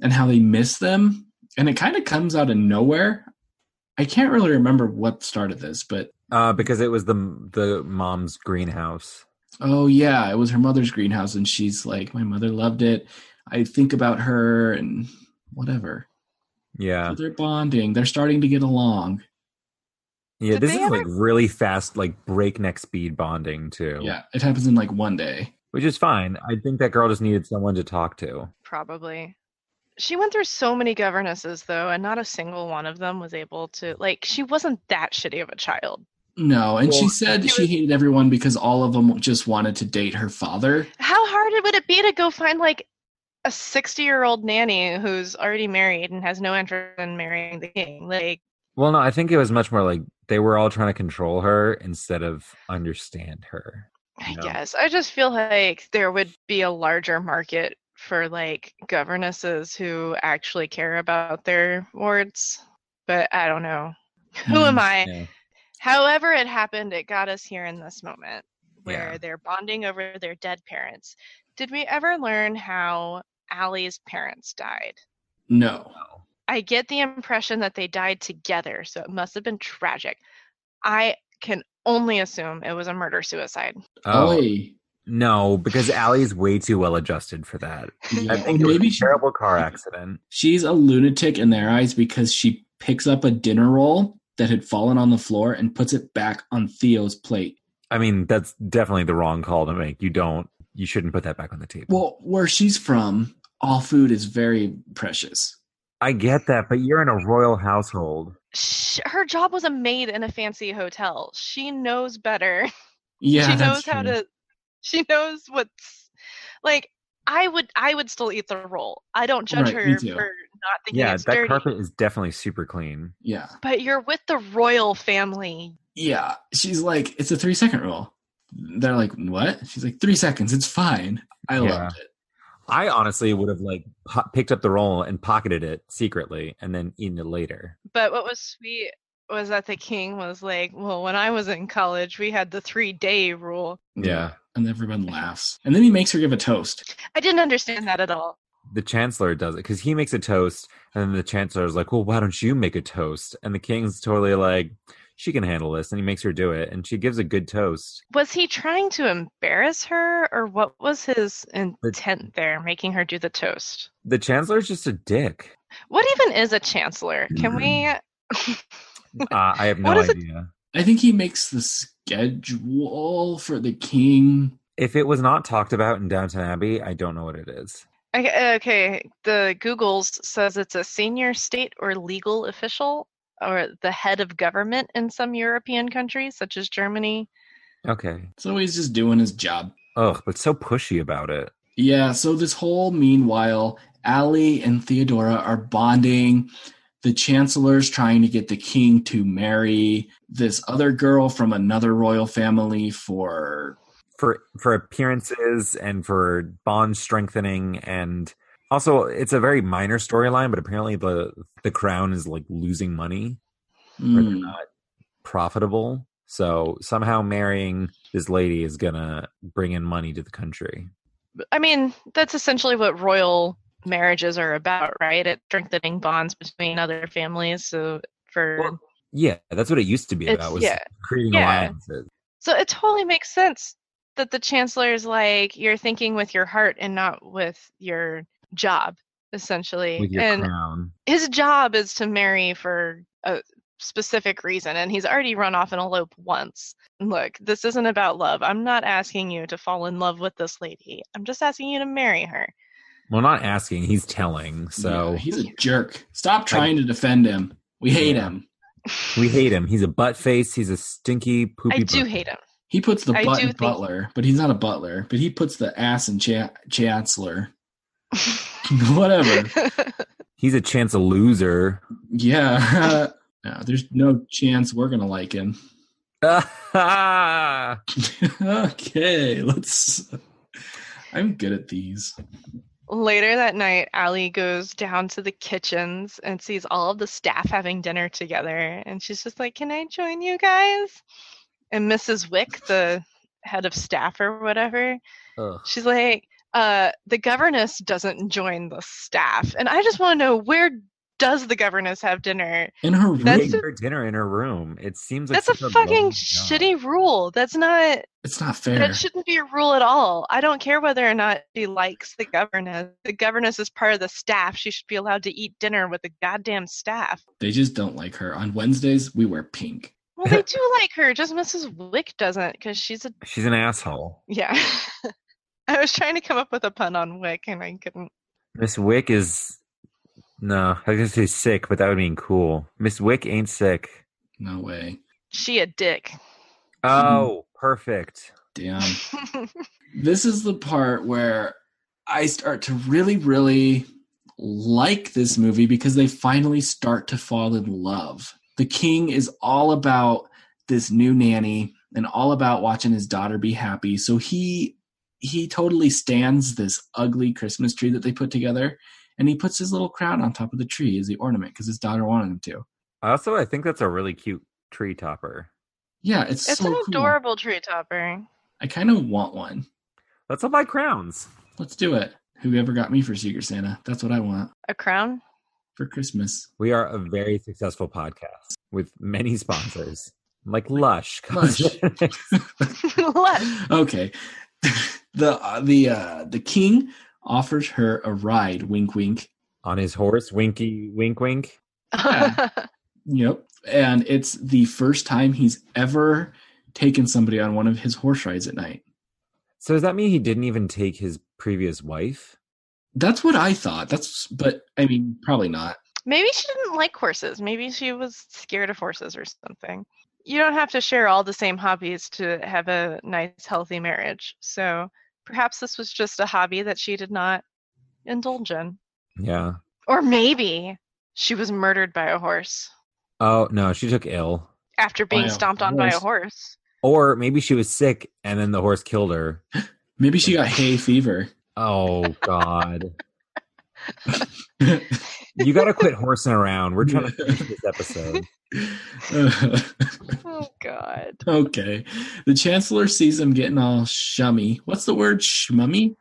Speaker 1: and how they miss them. And it kind of comes out of nowhere. I can't really remember what started this, but
Speaker 2: Uh, because it was the the mom's greenhouse.
Speaker 1: oh yeah, it was her mother's greenhouse, and she's like, my mother loved it. I think about her and whatever.
Speaker 2: Yeah.
Speaker 1: So they're bonding. They're starting to get along.
Speaker 2: Yeah,
Speaker 3: Did
Speaker 2: this
Speaker 3: they
Speaker 2: is
Speaker 3: ever-
Speaker 2: like really fast, like breakneck speed bonding too.
Speaker 1: Yeah, it happens in like one day.
Speaker 2: Which is fine. I think that girl just needed someone to talk to.
Speaker 3: Probably. She went through so many governesses though, and not a single one of them was able to like she wasn't that shitty of a child.
Speaker 1: No, and she
Speaker 2: Well,
Speaker 1: said
Speaker 3: it
Speaker 1: she
Speaker 3: was-
Speaker 1: hated everyone because all of them just wanted to date her father.
Speaker 3: How hard would it be to go find like a 60 year old nanny who's already married and has no interest in marrying the king? Like,
Speaker 2: Well, no, I think it was much more like they were all trying to control her instead of understand her.
Speaker 3: I
Speaker 2: No.
Speaker 3: guess I just feel like there would be a larger market for like governesses who actually care about their wards, but I don't know. Who am
Speaker 1: Mm,
Speaker 3: I?
Speaker 2: Yeah.
Speaker 3: However, it happened, it got us here in this moment where
Speaker 2: Yeah.
Speaker 3: they're bonding over their dead parents. Did we ever learn how Allie's parents died?
Speaker 1: No.
Speaker 3: I get the impression that they died together, so it must have been tragic. I can only assume it was a murder suicide.
Speaker 2: Oh
Speaker 1: Oy.
Speaker 2: no, because Allie's way too well adjusted for that. I
Speaker 1: Yeah,
Speaker 2: think
Speaker 1: or
Speaker 2: it
Speaker 1: maybe
Speaker 2: was a
Speaker 1: she-
Speaker 2: terrible car accident.
Speaker 1: She's a lunatic in their eyes because she picks up a dinner roll that had fallen on the floor and puts it back on Theo's plate.
Speaker 2: I mean, that's definitely the wrong call to make. You don't you shouldn't put that back on the table.
Speaker 1: Well, where she's from, all food is very precious.
Speaker 2: I get that, but you're in a royal household.
Speaker 3: Sh her job was a maid in a fancy hotel. She knows better.
Speaker 1: Yeah,
Speaker 3: she knows
Speaker 1: that's
Speaker 3: how
Speaker 1: true.
Speaker 3: to. She knows what's like. I would. I would still eat the roll. I don't judge
Speaker 1: Right, me
Speaker 3: her for
Speaker 1: too.
Speaker 3: not thinking
Speaker 2: Yeah,
Speaker 3: it's
Speaker 2: that
Speaker 3: dirty.
Speaker 2: carpet is definitely super clean.
Speaker 1: Yeah,
Speaker 3: But you're with the royal family.
Speaker 1: yeah. She's like, it's a three second roll. They're like, what? She's like, three seconds. It's fine. I
Speaker 2: Yeah.
Speaker 1: loved it.
Speaker 2: I honestly would have like po- picked up the roll and pocketed it secretly and then eaten it later.
Speaker 3: But what was sweet was that the king was like, "Well, when I was in college, we had the three day rule."
Speaker 2: Yeah.
Speaker 1: And everyone laughs. And then he makes her give a toast.
Speaker 3: I didn't understand that at all.
Speaker 2: The chancellor does it because he makes a toast, and then the chancellor is like, "Well, why don't you make a toast?" And the king's totally like, "She can handle this," and he makes her do it, and she gives a good toast.
Speaker 3: Was he trying to embarrass her, or what was his intent there, making her do the toast?
Speaker 2: The chancellor's just a dick.
Speaker 3: What even is a chancellor? Can we?
Speaker 2: Uh, I have no
Speaker 3: What is it-
Speaker 2: idea.
Speaker 1: I think he makes the schedule for the king.
Speaker 2: If it was not talked about in Downton Abbey, I don't know what it is.
Speaker 3: Okay, uh, okay, the Googles says it's a senior state or legal official or the head of government in some European countries, such as Germany.
Speaker 2: Okay.
Speaker 1: So he's just doing his job.
Speaker 2: Ugh, but so pushy about it.
Speaker 1: Yeah, so this whole meanwhile, Allie and Theodora are bonding. The chancellor's trying to get the king to marry this other girl from another royal family for
Speaker 2: for for appearances and for bond strengthening and also it's a very minor storyline but apparently the the crown is like losing money or they're
Speaker 3: Hmm.
Speaker 1: Mm,
Speaker 2: not profitable so somehow marrying this lady is gonna bring in money to the country
Speaker 3: I mean, that's essentially what royal marriages are about, right? It's strengthening bonds between other families. So for
Speaker 2: Well, yeah that's what it used to be
Speaker 3: It's-
Speaker 2: about was
Speaker 3: yeah.
Speaker 2: creating
Speaker 3: Yeah.
Speaker 2: alliances
Speaker 3: so it totally makes sense that the chancellor is like you're thinking with your heart and not with your job, essentially.
Speaker 2: with your
Speaker 3: and
Speaker 2: crown
Speaker 3: his job is to marry for a specific reason and he's already run off an elope once look this isn't about love i'm not asking you to fall in love with this lady i'm just asking you to marry her
Speaker 2: well not asking he's telling so
Speaker 1: yeah, he's a jerk. Stop trying to defend him. We hate
Speaker 2: Yeah.
Speaker 1: him.
Speaker 2: we hate him he's a butt face he's a stinky poopy
Speaker 3: i do
Speaker 2: butt-
Speaker 3: hate him
Speaker 1: He puts the
Speaker 3: I
Speaker 1: butt
Speaker 3: do
Speaker 1: in
Speaker 3: think-
Speaker 1: butler, but he's not a butler. But he puts the ass in cha- chancellor. Whatever.
Speaker 2: he's a chance a loser
Speaker 1: Yeah. no, there's no chance we're gonna like him.
Speaker 2: Let's
Speaker 1: okay, let's. I'm good at these.
Speaker 3: Later that night, Allie goes down to the kitchens and sees all of the staff having dinner together. And she's just like, Can I join you guys? And Mrs. Wick, the head of staff or whatever, she's like, uh, The governess doesn't join the staff. And I just want to know where does the governess have dinner?
Speaker 1: In her
Speaker 3: That's
Speaker 1: room,
Speaker 2: make her dinner in her room. It seems like
Speaker 3: That's a
Speaker 2: such
Speaker 1: oh
Speaker 3: fucking
Speaker 2: low job.
Speaker 3: shitty rule. That's not,
Speaker 1: it's not fair.
Speaker 3: that shouldn't be a rule at all. I don't care whether or not she likes the governess. The governess is part of the staff. She should be allowed to eat dinner with the goddamn staff.
Speaker 1: They just don't like her. On Wednesdays, we wear pink.
Speaker 3: Well, they do like her, just Mrs. Wick doesn't, because she's a.
Speaker 2: She's an asshole.
Speaker 3: Yeah. I was trying to come up with a pun on Wick and I couldn't.
Speaker 2: Miss Wick is no. I was gonna say sick, but that would mean cool. Miss Wick ain't sick.
Speaker 1: No way.
Speaker 3: She a dick. Mm-hmm.
Speaker 2: Oh, perfect.
Speaker 1: Damn. this is the part where I start to really, really like this movie because they finally start to fall in love. The king is all about this new nanny and all about watching his daughter be happy. So he he totally stands this ugly Christmas tree that they put together and he puts his little crown on top of the tree as the ornament because his daughter wanted him to.
Speaker 2: Also, I think that's a really cute tree topper.
Speaker 1: Yeah, it's,
Speaker 3: it's
Speaker 1: so
Speaker 3: an
Speaker 1: cool.
Speaker 3: adorable tree topper.
Speaker 1: I kind of want one.
Speaker 2: Let's all buy crowns.
Speaker 1: Let's do it. Whoever got me for Secret Santa, that's what I want
Speaker 3: A crown?
Speaker 1: for Christmas.
Speaker 2: We are a very successful podcast with many sponsors, like Lush.
Speaker 1: Lush.
Speaker 3: Lush.
Speaker 1: okay. the uh, the uh, the king offers her a ride. Wink, wink.
Speaker 2: on his horse, Winky, wink, wink.
Speaker 1: Yeah. Yep. And it's the first time he's ever taken somebody on one of his horse rides at night.
Speaker 2: So does that mean he didn't even take his previous wife?
Speaker 1: That's what I thought. That's but I mean probably not.
Speaker 3: Maybe she didn't like horses. Maybe she was scared of horses or something. You don't have to share all the same hobbies to have a nice, healthy marriage. So perhaps this was just a hobby that she did not indulge in.
Speaker 2: Yeah.
Speaker 3: Or maybe she was murdered by a horse
Speaker 2: Oh no, she took ill.
Speaker 3: after being
Speaker 1: a
Speaker 3: stomped on by a horse.
Speaker 2: Or maybe she was sick and then the horse killed her.
Speaker 1: Maybe she got hay fever.
Speaker 2: Oh God. you gotta quit horsing around. We're trying to finish this episode.
Speaker 3: Oh, God.
Speaker 1: okay. The chancellor sees him getting all shummy. What's the word? Shmummy?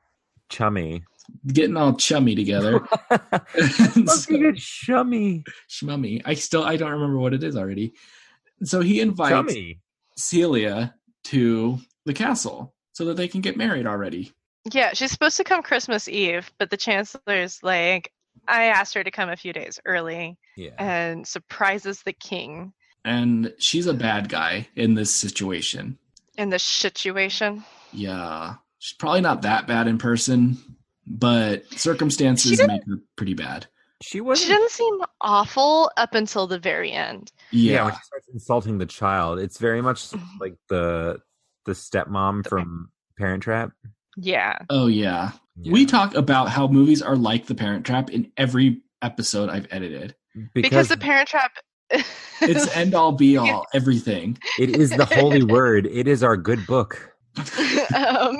Speaker 2: Chummy.
Speaker 1: Getting all chummy together. And so-
Speaker 2: Fucking chummy.
Speaker 1: Shmummy. I still I don't remember what it is already. So he invites
Speaker 2: Chummy.
Speaker 1: Celia to the castle so that they can get married already.
Speaker 3: Yeah, she's supposed to come Christmas Eve, but the chancellor's like, I asked her to come a few days early
Speaker 2: Yeah.
Speaker 3: and surprises the king
Speaker 1: And she's a bad guy in this situation.
Speaker 3: in this situation.
Speaker 1: Yeah. She's probably not that bad in person, but circumstances
Speaker 3: didn't-
Speaker 1: make her pretty bad.
Speaker 2: She was
Speaker 3: She
Speaker 2: yeah.
Speaker 3: doesn't seem awful up until the very end.
Speaker 1: Yeah.
Speaker 2: when she starts insulting the child. It's very much like the the stepmom from Parent Trap.
Speaker 3: Yeah.
Speaker 1: Oh yeah. We
Speaker 2: Yeah.
Speaker 1: talk about how movies are like The Parent Trap in every episode I've edited.
Speaker 3: because, the Parent Trap.
Speaker 1: It's end all be all, everything.
Speaker 2: it is the holy word. It is our good book.
Speaker 3: um,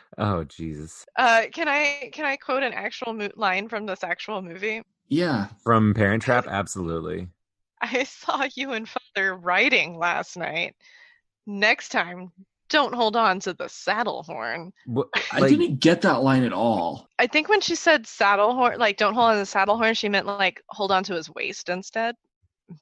Speaker 2: oh Jesus!
Speaker 3: uh, can I can I quote an actual mo- line from this actual movie?
Speaker 1: Yeah.
Speaker 2: From Parent Trap, absolutely.
Speaker 3: I saw you and father riding last night. Next time, don't hold on to the saddle horn.
Speaker 2: Wha-
Speaker 1: I
Speaker 2: like,
Speaker 1: didn't get that line at all.
Speaker 3: I think when she said saddle horn, like don't hold on to the saddle horn, she meant like hold on to his waist instead.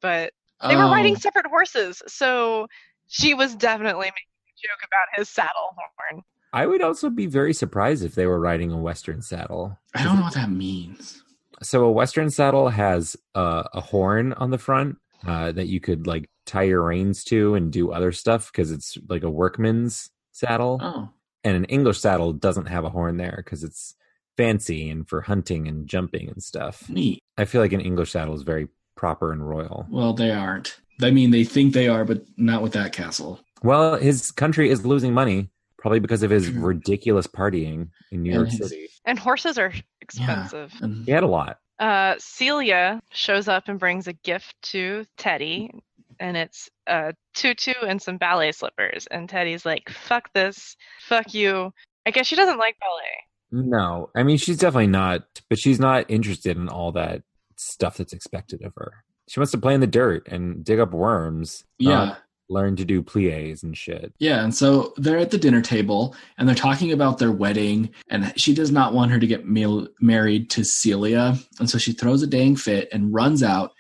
Speaker 3: But they were
Speaker 1: Oh,
Speaker 3: riding separate horses, so she was definitely making a joke about his saddle horn.
Speaker 2: I would also be very surprised if they were riding a Western saddle.
Speaker 1: I don't know what that means.
Speaker 2: So a Western saddle has uh, a horn on the front uh, that you could like tie your reins to and do other stuff because it's like a workman's saddle.
Speaker 1: Oh.
Speaker 2: And an English saddle doesn't have a horn there because it's fancy and for hunting and jumping and stuff.
Speaker 1: Neat.
Speaker 2: I feel like an English saddle is very proper and royal.
Speaker 1: Well, they aren't. I mean, they think they are, but not with that castle.
Speaker 2: Well, his country is losing money probably because of his
Speaker 1: True.
Speaker 2: ridiculous partying in New
Speaker 1: Mm-hmm. And
Speaker 2: York
Speaker 1: his-
Speaker 2: City.
Speaker 3: And horses are expensive.
Speaker 1: And
Speaker 2: He had a lot.
Speaker 3: Uh, Celia shows up and brings a gift to Teddy, and it's a tutu and some ballet slippers. And Teddy's like, "Fuck this, fuck you." I guess she doesn't like ballet.
Speaker 2: No, I mean she's definitely not, but she's not interested in all that stuff that's expected of her. She wants to play in the dirt and dig up worms.
Speaker 1: yeah,
Speaker 2: not learn to do plies and shit.
Speaker 1: yeah. And so they're at the dinner table and they're talking about their wedding. And she does not want her to get ma- married to Celia. And so she throws a dang fit and runs out.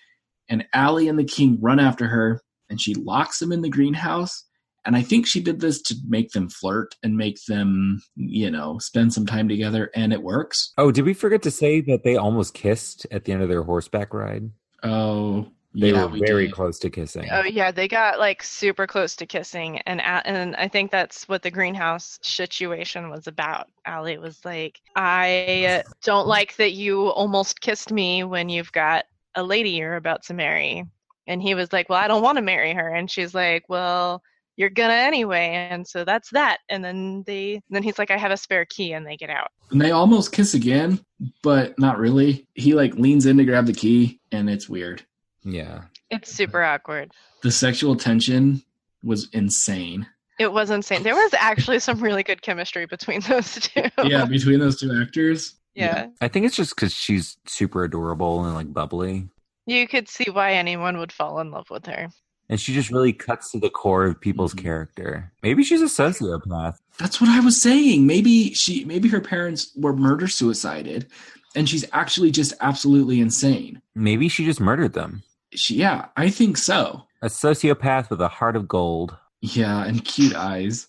Speaker 1: And Allie and the king run after her and she locks them in the greenhouse. And I think she did this to make them flirt and make them, you know, spend some time together. And it works.
Speaker 2: Oh, did we forget to say that they almost kissed at the end of their horseback ride?
Speaker 1: Oh,
Speaker 2: They
Speaker 1: yeah,
Speaker 2: were
Speaker 1: we
Speaker 2: very
Speaker 1: did.
Speaker 2: close to kissing.
Speaker 3: Oh yeah, they got like super close to kissing, and a- and I think that's what the greenhouse situation was about. Allie was like, "I don't like that you almost kissed me when you've got a lady you're about to marry," and he was like, "Well, I don't want to marry her," and she's like, "Well." You're gonna anyway, and so that's that. And then they, and then he's like, "I have a spare key," and they get out.
Speaker 1: And they almost kiss again, but not really. He like leans in to grab the key and it's weird.
Speaker 2: Yeah.
Speaker 3: It's super awkward.
Speaker 1: The sexual tension was insane.
Speaker 3: It was insane. There was actually some really good chemistry between those two.
Speaker 1: Yeah, between those two actors.
Speaker 3: yeah.
Speaker 2: I think it's just because she's super adorable and like bubbly.
Speaker 3: You could see why anyone would fall in love with her.
Speaker 2: And she just really cuts to the core of people's
Speaker 1: Mhm.
Speaker 2: character. Maybe she's a sociopath.
Speaker 1: That's what I was saying. Maybe she maybe her parents were murder suicided and she's actually just absolutely insane.
Speaker 2: Maybe she just murdered them.
Speaker 1: She yeah, I think so.
Speaker 2: A sociopath with a heart of gold.
Speaker 1: Yeah, and cute eyes.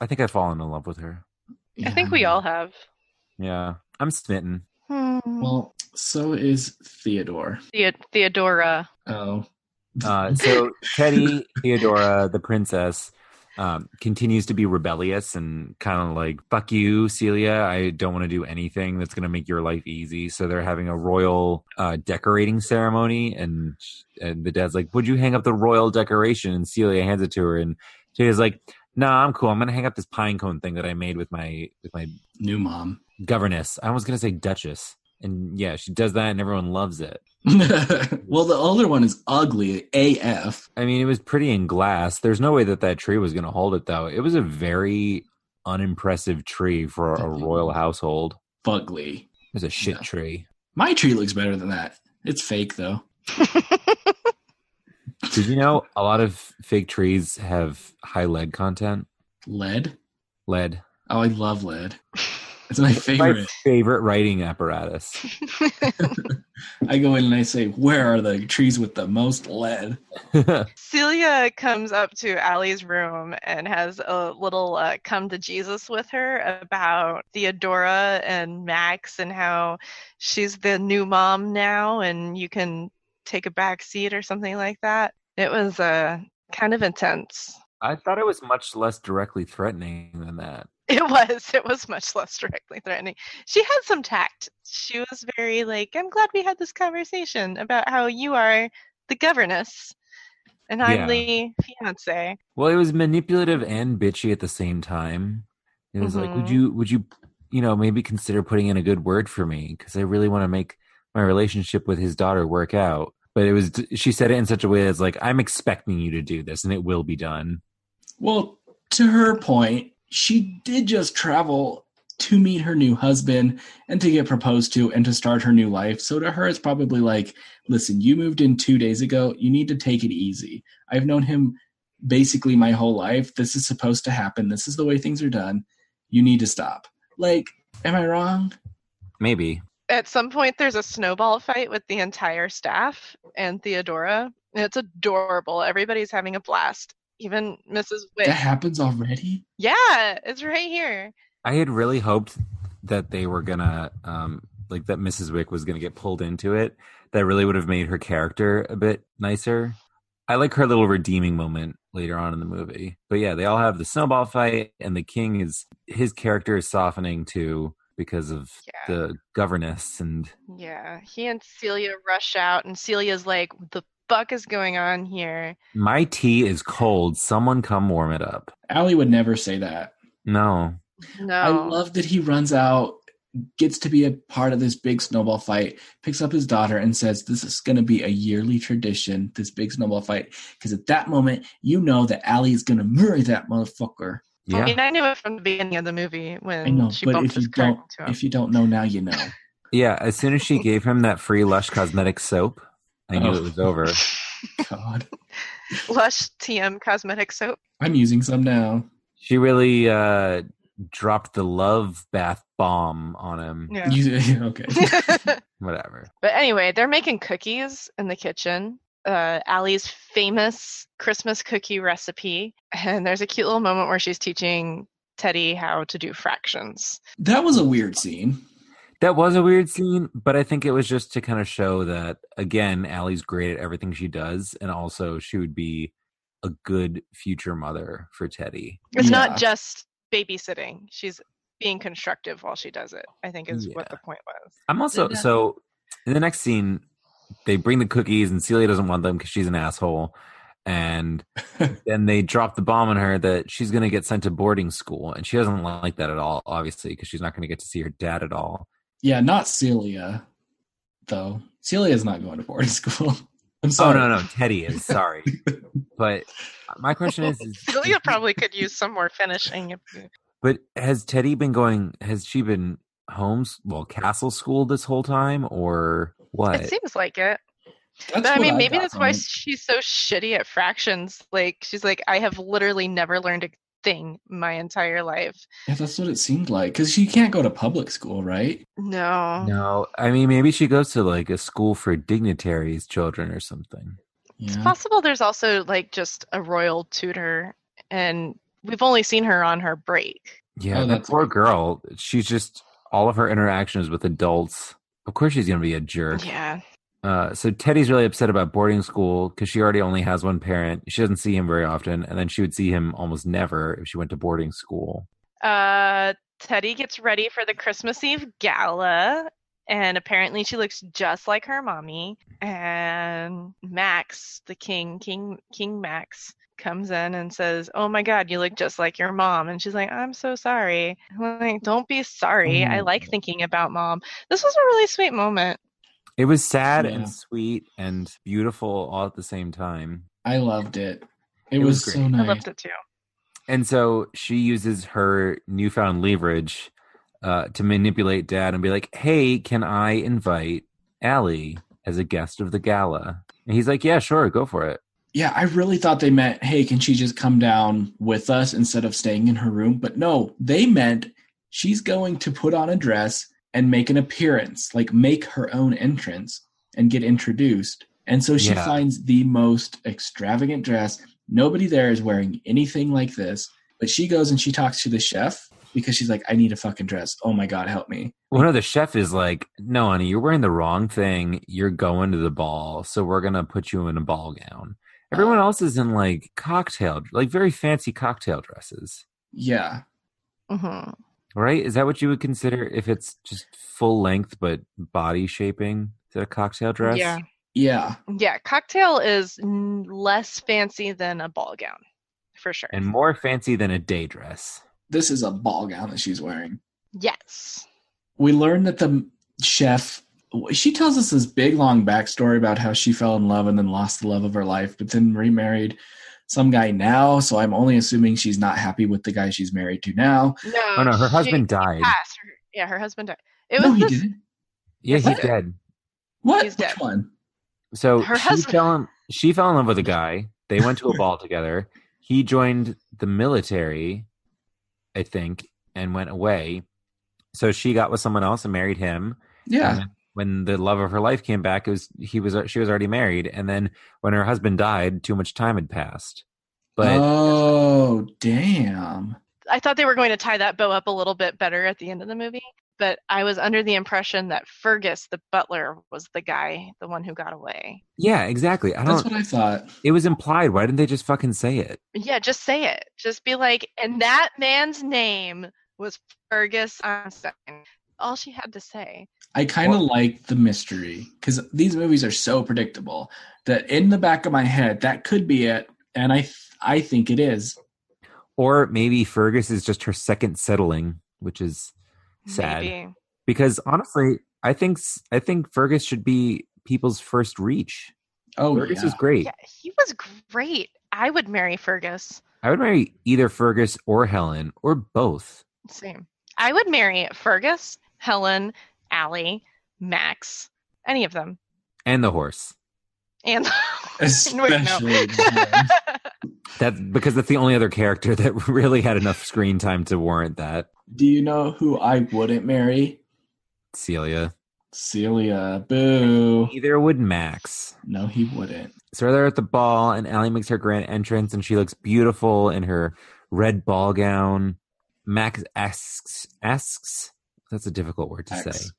Speaker 2: I think I've fallen in love with her.
Speaker 3: I think we
Speaker 1: Yeah.
Speaker 3: all have.
Speaker 2: Yeah. I'm smitten.
Speaker 3: Hmm.
Speaker 1: Well, so is Theodore.
Speaker 3: The- Theodora.
Speaker 1: Oh.
Speaker 2: Uh, so Teddy, Theodora, the princess, um, continues to be rebellious and kind of like, fuck you, Celia. I don't want to do anything that's going to make your life easy. So they're having a royal uh, decorating ceremony. And, and the dad's like, would you hang up the royal decoration? And Celia hands it to her. And Teddy's like, nah, I'm cool. I'm going to hang up this pine cone thing that I made with my, with my
Speaker 1: New mom.
Speaker 2: governess. I was going to say duchess. And yeah, she does that and everyone loves it.
Speaker 1: well, the older one is ugly AF.
Speaker 2: I mean, it was pretty in glass. There's no way that that tree was going to hold it, though. It was a very unimpressive tree for a royal household.
Speaker 1: fugly.
Speaker 2: It was a shit
Speaker 1: Yeah.
Speaker 2: tree.
Speaker 1: My tree looks better than that. It's fake though.
Speaker 2: Did you know a lot of fake trees have high lead content?
Speaker 1: Lead.
Speaker 2: Lead.
Speaker 1: Oh, I love lead. It's my
Speaker 2: My
Speaker 1: favorite.
Speaker 2: favorite writing apparatus.
Speaker 1: I go in and I say, "Where are the trees with the most lead?"
Speaker 3: Celia comes up to Allie's room and has a little uh, come to Jesus with her about Theodora and Max and how she's the new mom now and you can take a back seat or something like that. It was uh, kind of intense.
Speaker 2: I thought it was much less directly threatening than that.
Speaker 3: It was. It was much less directly threatening. She had some tact. She was very like, I'm glad we had this conversation about how you are the governess and I'm
Speaker 2: Yeah.
Speaker 3: the fiance.
Speaker 2: Well, it was manipulative and bitchy at the same time. It was like, would
Speaker 3: Mhm.
Speaker 2: you, would you, you know, maybe consider putting in a good word for me because I really want to make my relationship with his daughter work out. But it was, she said it in such a way that's like, I'm expecting you to do this, and it will be done.
Speaker 1: Well, to her point, she did just travel to meet her new husband and to get proposed to and to start her new life. So to her, it's probably like, listen, you moved in two days ago. You need to take it easy. I've known him basically my whole life. This is supposed to happen. This is the way things are done. You need to stop. Like, am I wrong?
Speaker 2: Maybe.
Speaker 3: At some point, there's a snowball fight with the entire staff and Theodora. And it's adorable. Everybody's having a blast. Even Mrs. Wick.
Speaker 1: That happens already?
Speaker 3: Yeah, it's right here.
Speaker 2: I had really hoped that they were gonna um like that Mrs. Wick was gonna get pulled into it. That really would have made her character a bit nicer. I like her little redeeming moment later on in the movie. But yeah, they all have the snowball fight and the king is his character is softening too because of
Speaker 3: Yeah.
Speaker 2: the governess and
Speaker 3: Yeah. He and Celia rush out, and Celia's like, "What the fuck is going on here?
Speaker 2: my tea is cold. Someone come warm it up.
Speaker 1: Allie would never say that.
Speaker 2: No.
Speaker 3: No.
Speaker 1: I love that he runs out, gets to be a part of this big snowball fight, picks up his daughter, and says, This is going to be a yearly tradition, this big snowball fight. Because at that moment, you know that Allie is going to murray that motherfucker.
Speaker 2: Yeah.
Speaker 3: I mean, I knew it from the beginning of the movie
Speaker 1: I
Speaker 3: when
Speaker 1: know,
Speaker 3: she
Speaker 1: but
Speaker 3: bumped
Speaker 1: if
Speaker 3: his
Speaker 1: you,
Speaker 3: cart
Speaker 1: don't,
Speaker 3: to him.
Speaker 1: if you don't know now, you know.
Speaker 2: Yeah, as soon as she gave him that free Lush cosmetic soap, I knew
Speaker 1: Oh.
Speaker 2: it was over.
Speaker 1: God.
Speaker 3: Lush TM cosmetic soap.
Speaker 1: I'm using some now.
Speaker 2: She really uh dropped the love bath bomb on him.
Speaker 1: Mm.
Speaker 3: Yeah.
Speaker 1: You- okay.
Speaker 3: but
Speaker 2: Whatever.
Speaker 3: anyway, they're making cookies in the kitchen. Uh, Allie's famous Christmas cookie recipe, and there's a cute little moment where she's teaching Teddy how to do fractions.
Speaker 1: That was a weird scene.
Speaker 2: That was a weird scene, but I think it was just to kind of show that again, Allie's great at everything she does, and also she would be a good future mother for Teddy.
Speaker 3: It's
Speaker 1: Yeah.
Speaker 3: not just babysitting; she's being constructive while she does it. I think is what the point was.
Speaker 2: I'm also
Speaker 1: Yeah.
Speaker 2: so in the next scene, they bring the cookies and Celia doesn't want them because she's an asshole. And then they drop the bomb on her that she's going to get sent to boarding school. And she doesn't like that at all, obviously, because she's not going to get to see her dad at all.
Speaker 1: Yeah, not Celia, though. Celia's not going to boarding school. I'm
Speaker 2: Oh
Speaker 1: sorry.
Speaker 2: no, no, Teddy is sorry. but uh, my question is, is
Speaker 3: Celia probably could use some more finishing. if you-
Speaker 2: But has Teddy been going? Has she been homes? Well, castle school this whole time, or what?
Speaker 3: It seems like it.
Speaker 1: That's
Speaker 3: But, I
Speaker 1: what
Speaker 3: mean, maybe
Speaker 1: got
Speaker 3: that's
Speaker 1: from
Speaker 3: why
Speaker 1: it.
Speaker 3: she's so shitty at fractions. Like, she's like, I have literally never learned a thing my entire life.
Speaker 1: Yeah, that's what it seemed like. Because she can't go to public school, right?
Speaker 3: No.
Speaker 2: no, I mean maybe she goes to like a school for dignitaries' children or something.
Speaker 3: It's
Speaker 1: Yeah.
Speaker 3: possible there's also, like, just a royal tutor, and we've only seen her on her break.
Speaker 2: Yeah,
Speaker 1: Oh,
Speaker 2: that
Speaker 1: that's-
Speaker 2: poor girl. She's just all of her interactions with adults. Of course, she's gonna be a jerk.
Speaker 3: Yeah.
Speaker 2: Uh, so Teddy's really upset about boarding school because she already only has one parent. She doesn't see him very often, and then she would see him almost never if she went to boarding school.
Speaker 3: Uh, Teddy gets ready for the Christmas Eve gala, and apparently she looks just like her mommy. And Max, the king, King King Max, comes in and says, "Oh my God, you look just like your mom." And she's like, "I'm so sorry." I'm like, don't be sorry. I
Speaker 1: Oh.
Speaker 2: Mm.
Speaker 3: like thinking about mom. This was a really sweet moment.
Speaker 2: It was sad
Speaker 1: Yeah.
Speaker 2: and sweet and beautiful all at the same time.
Speaker 1: I loved it. It,
Speaker 2: It
Speaker 1: was,
Speaker 2: was
Speaker 1: so
Speaker 2: great.
Speaker 1: nice.
Speaker 3: I loved it too.
Speaker 2: And so she uses her newfound leverage uh, to manipulate dad and be like, hey, can I invite Allie as a guest of the gala? And he's like, yeah, sure, go for it.
Speaker 1: Yeah, I really thought they meant, hey, can she just come down with us instead of staying in her room? But no, they meant she's going to put on a dress and make an appearance, like make her own entrance and get introduced. And so she
Speaker 2: Yeah.
Speaker 1: finds the most extravagant dress. Nobody there is wearing anything like this. But she goes and she talks to the chef because she's like, I need a fucking dress. Oh my God, help me.
Speaker 2: Well, no, the chef is like, no, honey, you're wearing the wrong thing. You're going to the ball, so we're going to put you in a ball gown. Everyone else is in like cocktail, like very fancy cocktail dresses.
Speaker 1: Yeah.
Speaker 3: hmm
Speaker 2: Right? Is that what you would consider if it's just full length but body shaping? Is it a cocktail dress?
Speaker 3: Yeah,
Speaker 1: Yeah.
Speaker 3: yeah. Cocktail is n- less fancy than a ball gown, for sure. Uh,
Speaker 2: And more fancy than a day dress.
Speaker 1: this is a ball gown that she's wearing.
Speaker 3: Yes.
Speaker 1: We learn that the chef she tells us this big long backstory about how she fell in love and then lost the love of her life, but then remarried some guy now. So I'm only assuming she's not happy with the guy she's married to now.
Speaker 3: No.
Speaker 2: Oh no, her
Speaker 3: she
Speaker 2: husband died.
Speaker 3: passed. Her- yeah, her husband died. It
Speaker 1: no,
Speaker 3: was
Speaker 1: he
Speaker 3: this-
Speaker 1: didn't.
Speaker 2: Yeah, he's
Speaker 3: What?
Speaker 2: dead.
Speaker 1: What?
Speaker 3: He's
Speaker 1: Which
Speaker 3: dead.
Speaker 1: one?
Speaker 2: So
Speaker 3: Her
Speaker 2: she
Speaker 3: husband-
Speaker 2: fell in, she fell in love with a guy. They went to a ball together. He joined the military, I think, and went away. So she got with someone else and married him.
Speaker 1: Yeah.
Speaker 2: And then when the love of her life came back, it was he was she was already married. And then when her husband died, too much time had passed. But
Speaker 1: oh, damn.
Speaker 3: I thought they were going to tie that bow up a little bit better at the end of the movie, but I was under the impression that Fergus, the butler, was the guy, the one who got away.
Speaker 2: yeah, exactly. I
Speaker 1: That's
Speaker 2: don't.
Speaker 1: what I thought.
Speaker 2: It was implied. Why didn't they just fucking say it?
Speaker 3: Yeah, just say it. Just be like, and that man's name was Fergus Einstein. All she had to say.
Speaker 1: I kind of like the mystery because these movies are so predictable that in the back of my head, that could be it. And I, th- I think it is.
Speaker 2: Or maybe Fergus is just her second settling, which is sad.
Speaker 3: Maybe.
Speaker 2: because honestly, I think I think Fergus should be people's first reach.
Speaker 1: Oh,
Speaker 2: Fergus
Speaker 1: yeah.
Speaker 2: is great.
Speaker 3: Yeah, he was great. I would marry Fergus.
Speaker 2: I would marry either Fergus or Helen or both.
Speaker 3: Same. I would marry Fergus, Helen, Allie, Max, any of them.
Speaker 2: And the horse.
Speaker 3: And Wait, no.
Speaker 1: especially. yeah.
Speaker 2: That's because that's the only other character that really had enough screen time to warrant that.
Speaker 1: Do you know who I wouldn't marry?
Speaker 2: Celia.
Speaker 1: Celia. Boo.
Speaker 2: Either would Max.
Speaker 1: No, he wouldn't.
Speaker 2: So they're at the ball, and Allie makes her grand entrance, and she looks beautiful in her red ball gown. Max asks asks. That's a difficult word to say.
Speaker 1: X.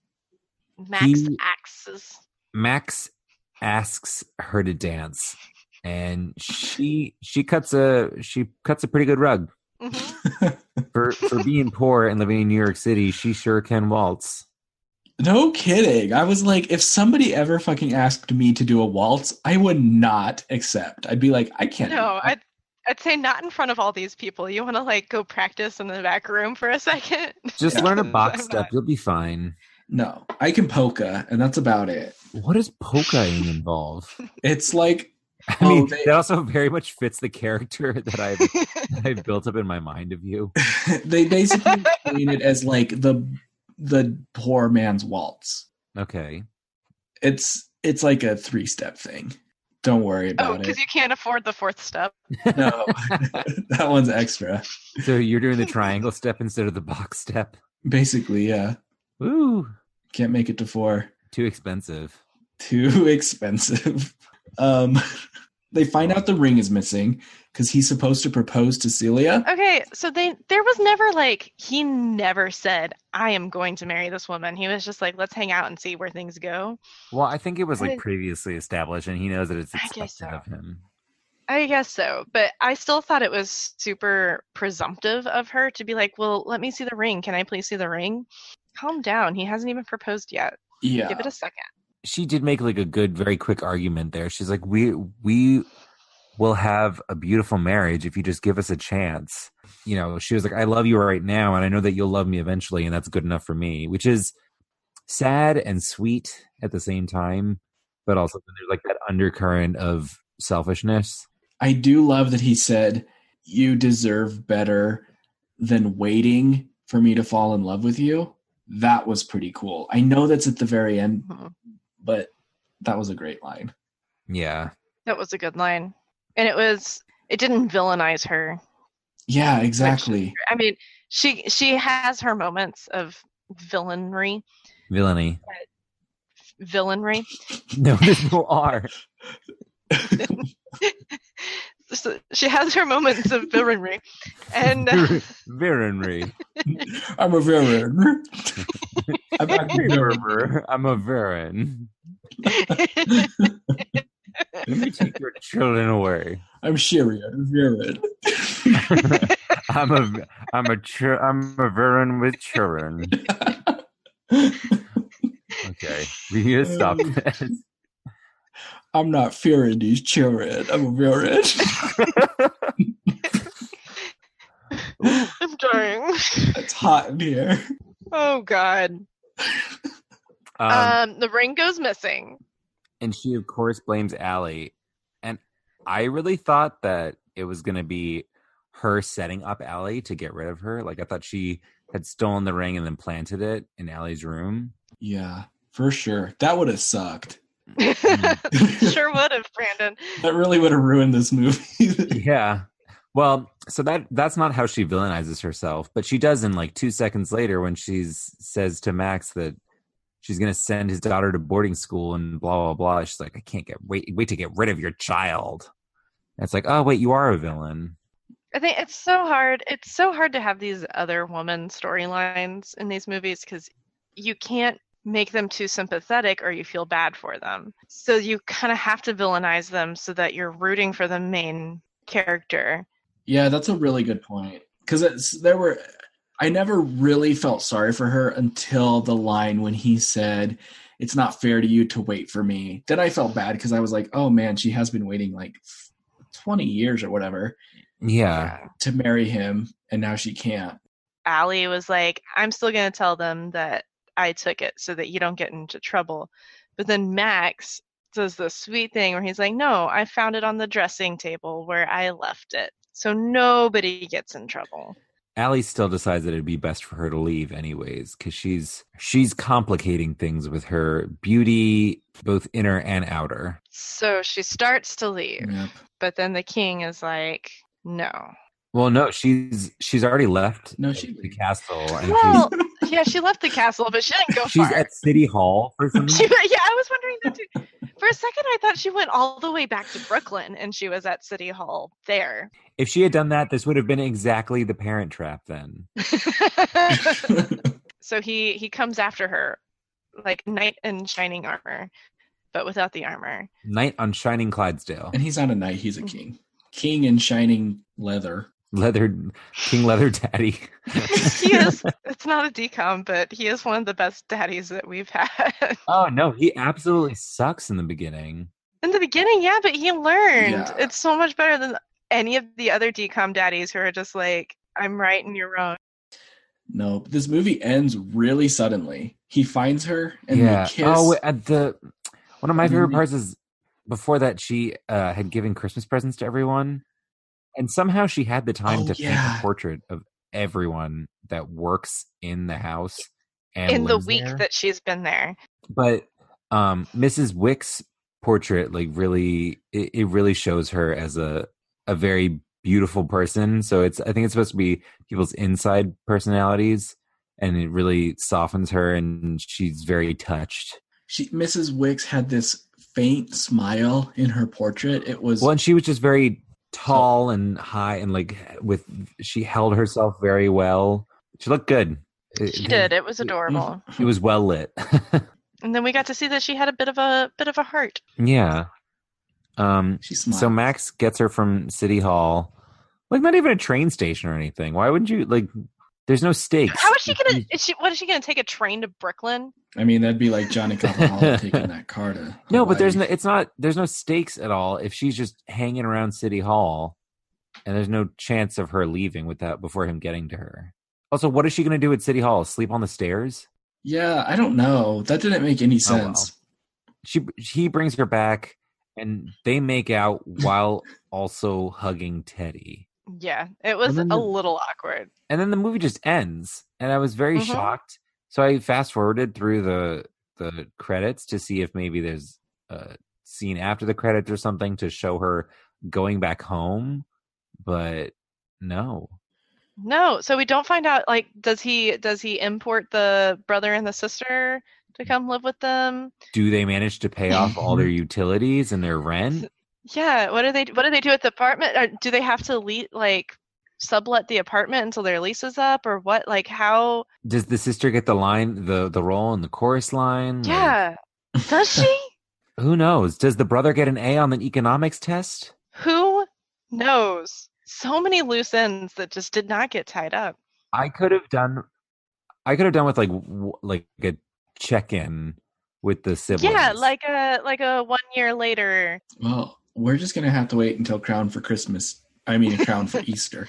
Speaker 3: Max
Speaker 2: He-
Speaker 3: axes.
Speaker 2: Max asks her to dance and she she cuts a she cuts a pretty good rug
Speaker 3: Mhm.
Speaker 2: for for being poor and living in New York City she sure can waltz
Speaker 1: No kidding. I was like, if somebody ever fucking asked me to do a waltz, I would not accept. I'd be like, I can't. do
Speaker 3: No,
Speaker 1: that.
Speaker 3: I'd, I'd say not in front of all these people. You want to like go practice in the back room for a second.
Speaker 2: just
Speaker 1: Yeah.
Speaker 2: learn a
Speaker 3: I'm
Speaker 2: box
Speaker 3: not-
Speaker 2: step you'll be fine
Speaker 1: no. I can polka, and that's about it.
Speaker 2: what does polkaing involve
Speaker 1: It's like,
Speaker 2: I
Speaker 1: Oh,
Speaker 2: mean
Speaker 1: they-
Speaker 2: that also very much fits the character that I've that I've built up in my mind of you
Speaker 1: they basically explain it as like the the poor man's waltz.
Speaker 2: okay
Speaker 1: It's it's like a three step thing. Don't worry
Speaker 3: oh,
Speaker 1: about it.
Speaker 3: because you can't afford the fourth step.
Speaker 1: No, that one's extra.
Speaker 2: so you're doing the triangle step instead of the box step
Speaker 1: Basically, yeah.
Speaker 2: Ooh,
Speaker 1: Can't make it to four.
Speaker 2: too expensive
Speaker 1: Too expensive. Um, they find out the ring is missing because he's supposed to propose to Celia.
Speaker 3: Okay, so they there was never like he never said I am going to marry this woman. He was just like let's hang out and see where things go.
Speaker 2: Well, I think it was like
Speaker 3: Right.
Speaker 2: previously established, and he knows that it's
Speaker 3: I
Speaker 2: expected
Speaker 3: guess so.
Speaker 2: of him.
Speaker 3: I guess so, but I still thought it was super presumptive of her to be like, "Well, let me see the ring. Can I please see the ring?" Calm down. He hasn't even proposed yet.
Speaker 1: Yeah.
Speaker 3: Give it a second.
Speaker 2: She did make like a good, very quick argument there. She's like, "We we will have a beautiful marriage if you just give us a chance." You know, she was like, "I love you right now, and I know that you'll love me eventually, and that's good enough for me," which is sad and sweet at the same time, but also there's like that undercurrent of selfishness.
Speaker 1: I do love that he said, You deserve better than waiting for me to fall in love with you. That was pretty cool. I know that's at the very end,
Speaker 3: Mhm.
Speaker 1: but that was a great line.
Speaker 2: Yeah,
Speaker 3: That was a good line. And it was it didn't villainize her.
Speaker 1: Yeah, exactly.
Speaker 3: I mean, she she has her moments of villainry,
Speaker 2: villainy.
Speaker 3: villainry.
Speaker 2: No, there's no R.
Speaker 3: So she has her moments of villainry, and
Speaker 2: Villainy.
Speaker 1: I'm a villain. I'm a villain.
Speaker 2: Gerber, I'm a Varan. Let me take your children away.
Speaker 1: I'm Shiri. I'm a villain.
Speaker 2: I'm a I'm a chil- I'm a Varan with children. Okay, we need to stop this.
Speaker 1: I'm not fearing these children. I'm a villain.
Speaker 3: I'm Darn.
Speaker 1: It's hot in here.
Speaker 3: Oh God.
Speaker 2: Um,
Speaker 3: Um, the ring goes missing.
Speaker 2: and she of course blames Allie. And I really thought that it was going to be her setting up Allie to get rid of her. Like I thought she had stolen the ring and then planted it in Allie's room.
Speaker 1: Yeah, for sure. That would have sucked. Mm-hmm.
Speaker 3: sure would have, Brandon.
Speaker 1: That really would have ruined this movie.
Speaker 2: Yeah. Well, so that that's not how she villainizes herself, but she does in like 2 seconds later when she's says to Max that she's going to send his daughter to boarding school and blah blah blah. She's like, "I can't get wait wait to get rid of your child." And it's like, "Oh, wait, you are a villain."
Speaker 3: I think it's so hard. It's so hard to have these other woman storylines in these movies because you can't make them too sympathetic or you feel bad for them. So you kind of have to villainize them so that you're rooting for the main character.
Speaker 1: yeah, that's a really good point. Because there were, I never really felt sorry for her until the line when he said, It's not fair to you to wait for me. Then I felt bad because I was like, Oh man, she has been waiting like 20 years or whatever
Speaker 2: Yeah.
Speaker 1: to marry him, and now she can't.
Speaker 3: Allie was like, I'm still going to tell them that I took it so that you don't get into trouble. But then Max does this sweet thing where he's like, No, I found it on the dressing table where I left it. So nobody gets in trouble.
Speaker 2: Allie still decides that it'd be best for her to leave anyways cuz she's she's complicating things with her beauty both inner and outer.
Speaker 3: So she starts to
Speaker 2: Mm-hmm.
Speaker 3: leave.
Speaker 1: Yep.
Speaker 3: But then the king is like, No.
Speaker 2: Well, no, she's she's already left
Speaker 1: No, she-
Speaker 2: the castle and she's,
Speaker 3: Well, yeah, she left the castle, but she didn't go
Speaker 2: she's
Speaker 3: far.
Speaker 2: at city hall for some
Speaker 3: She, yeah, I was wondering that too. For a second, I thought she went all the way back to Brooklyn and she was at City Hall there.
Speaker 2: If she had done that, this would have been exactly the parent trap then.
Speaker 3: so he he comes after her like knight in shining armor but without the armor
Speaker 2: Knight on Shining Clydesdale.
Speaker 1: and he's not a knight, he's a king. King in shining leather.
Speaker 2: Leather King Leather Daddy.
Speaker 3: he is it's not a decom but he is one of the best daddies that we've had
Speaker 2: Oh no, he absolutely sucks in the beginning.
Speaker 3: in the beginning yeah but he learned
Speaker 1: Yeah.
Speaker 3: it's so much better than any of the other decom daddies who are just like i'm right and you're wrong
Speaker 1: No, this movie ends really suddenly. He finds her and
Speaker 2: yeah.
Speaker 1: they kiss.
Speaker 2: Oh, at the one of my
Speaker 1: And then
Speaker 2: favorite
Speaker 1: they-
Speaker 2: parts is before that she uh, had given Christmas presents to everyone, and somehow she had the time
Speaker 1: Oh,
Speaker 2: to paint
Speaker 1: yeah.
Speaker 2: a portrait of everyone that works in the house and
Speaker 3: in the
Speaker 2: lives
Speaker 3: week
Speaker 2: there.
Speaker 3: that she's been there
Speaker 2: but um mrs wick's portrait like really it, it really shows her as a a very beautiful person so it's i think it's supposed to be people's inside personalities and it really softens her and she's very touched
Speaker 1: she, Mrs. Wicks had this faint smile in her portrait. It was
Speaker 2: well and she was just very tall and high and like with she held herself very well she looked good It-
Speaker 3: she did it was adorable
Speaker 2: it was well lit
Speaker 3: and then we got to see that she had a bit of a bit of a heart
Speaker 2: yeah um
Speaker 1: she smiled.
Speaker 2: So Max gets her from City Hall, like not even a train station or anything. Why wouldn't you like? There's no stakes.
Speaker 3: how is she gonna
Speaker 2: Mm-hmm.
Speaker 3: is she what is she gonna take a train to brooklyn
Speaker 1: I mean, that'd be like Johnny Caporal taking that car to.
Speaker 2: No, but there's no.
Speaker 1: Hawaii.
Speaker 2: It's not. There's no stakes at all. If she's just hanging around City Hall, and there's no chance of her leaving without before him getting to her. Also, what is she gonna do at City Hall? Sleep on the stairs?
Speaker 1: Yeah, I don't know. That didn't make any
Speaker 2: Oh, well.
Speaker 1: sense.
Speaker 2: She he brings her back, and they make out while also hugging Teddy.
Speaker 3: yeah it was
Speaker 2: then
Speaker 3: a
Speaker 2: the-
Speaker 3: little awkward
Speaker 2: and then the movie just ends and i was very
Speaker 3: Mhm.
Speaker 2: shocked so i fast forwarded through the the credits to see if maybe there's a scene after the credits or something to show her going back home but no
Speaker 3: No, so we don't find out like does he does he import the brother and the sister to come live with them?
Speaker 2: do they manage to pay off all their utilities and their rent
Speaker 3: Yeah, what do they what do they do at the apartment? Or do they have to le like sublet the apartment until their lease is up or what? Like how?
Speaker 2: does the sister get the line the the role in the chorus line Like,
Speaker 3: Yeah. Does she?
Speaker 2: who knows does the brother get an a on an economics test
Speaker 3: Who knows? So many loose ends that just did not get tied up.
Speaker 2: I could have done. I could have done with like w- like a check in with the siblings.
Speaker 3: Yeah, like a like a one year later.
Speaker 1: Well, we're just gonna have to wait until Crown for Christmas. I mean, Crown for Easter.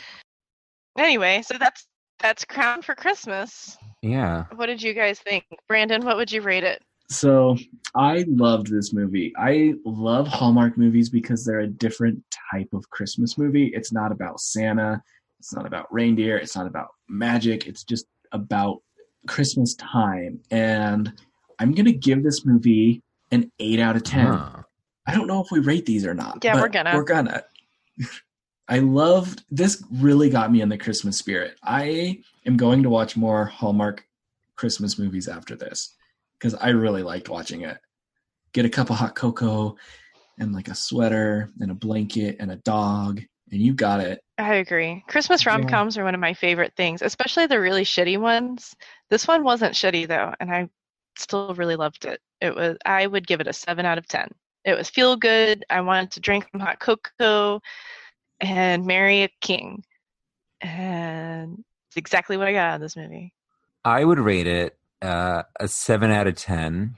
Speaker 3: Anyway, so that's That's Crown for Christmas.
Speaker 2: Yeah.
Speaker 3: What did you guys think? Brandon, what would you rate it?
Speaker 1: So I loved this movie. I love Hallmark movies because they're a different type of Christmas movie. It's not about Santa, it's not about reindeer, it's not about magic, it's just about Christmas time. And I'm going to give this movie an 8 out of 10.
Speaker 2: Huh.
Speaker 1: I don't know if we rate these or not.
Speaker 3: Yeah,
Speaker 1: but
Speaker 3: we're gonna.
Speaker 1: We're gonna. I loved this. Really got me in the Christmas spirit. I am going to watch more Hallmark Christmas movies after this because I really liked watching it. Get a cup of hot cocoa and like a sweater and a blanket and a dog, and you got it.
Speaker 3: I agree. Christmas
Speaker 1: Yeah.
Speaker 3: rom coms are one of my favorite things, especially the really shitty ones. This one wasn't shitty though, and I still really loved it. It was I would give it a seven out of ten. It was feel good. I wanted to drink some hot cocoa and marry a king. And it's exactly what I got out of this movie.
Speaker 2: I would rate it uh, a seven out of ten.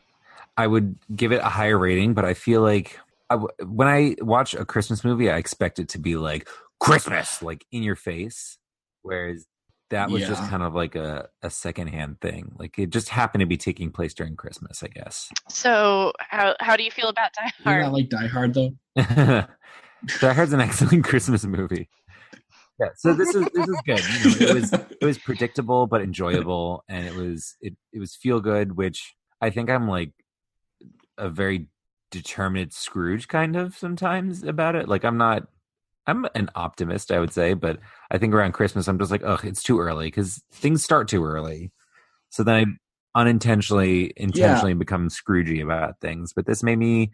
Speaker 2: I would give it a higher rating, but I feel like I w- when I watch a Christmas movie, I expect it to be like Christmas, like in your face. Whereas that was just
Speaker 1: Yeah.
Speaker 2: kind of like a, a secondhand thing. Like it just happened to be taking place during Christmas, I guess.
Speaker 3: So how how do you feel about Die
Speaker 1: Isn't
Speaker 3: Hard?
Speaker 1: that like Die Hard though?
Speaker 2: Die Hard's an excellent Christmas movie. Yeah, so this is this is good. You know, it was it was predictable but enjoyable, and it was it it was feel good, which I think I'm like a very determined Scrooge kind of sometimes about it. Like I'm not. I'm an optimist, I would say, but I think around Christmas, I'm just like, oh, it's too early because things start too early. So then I unintentionally, intentionally become Scroogey about things. But this made me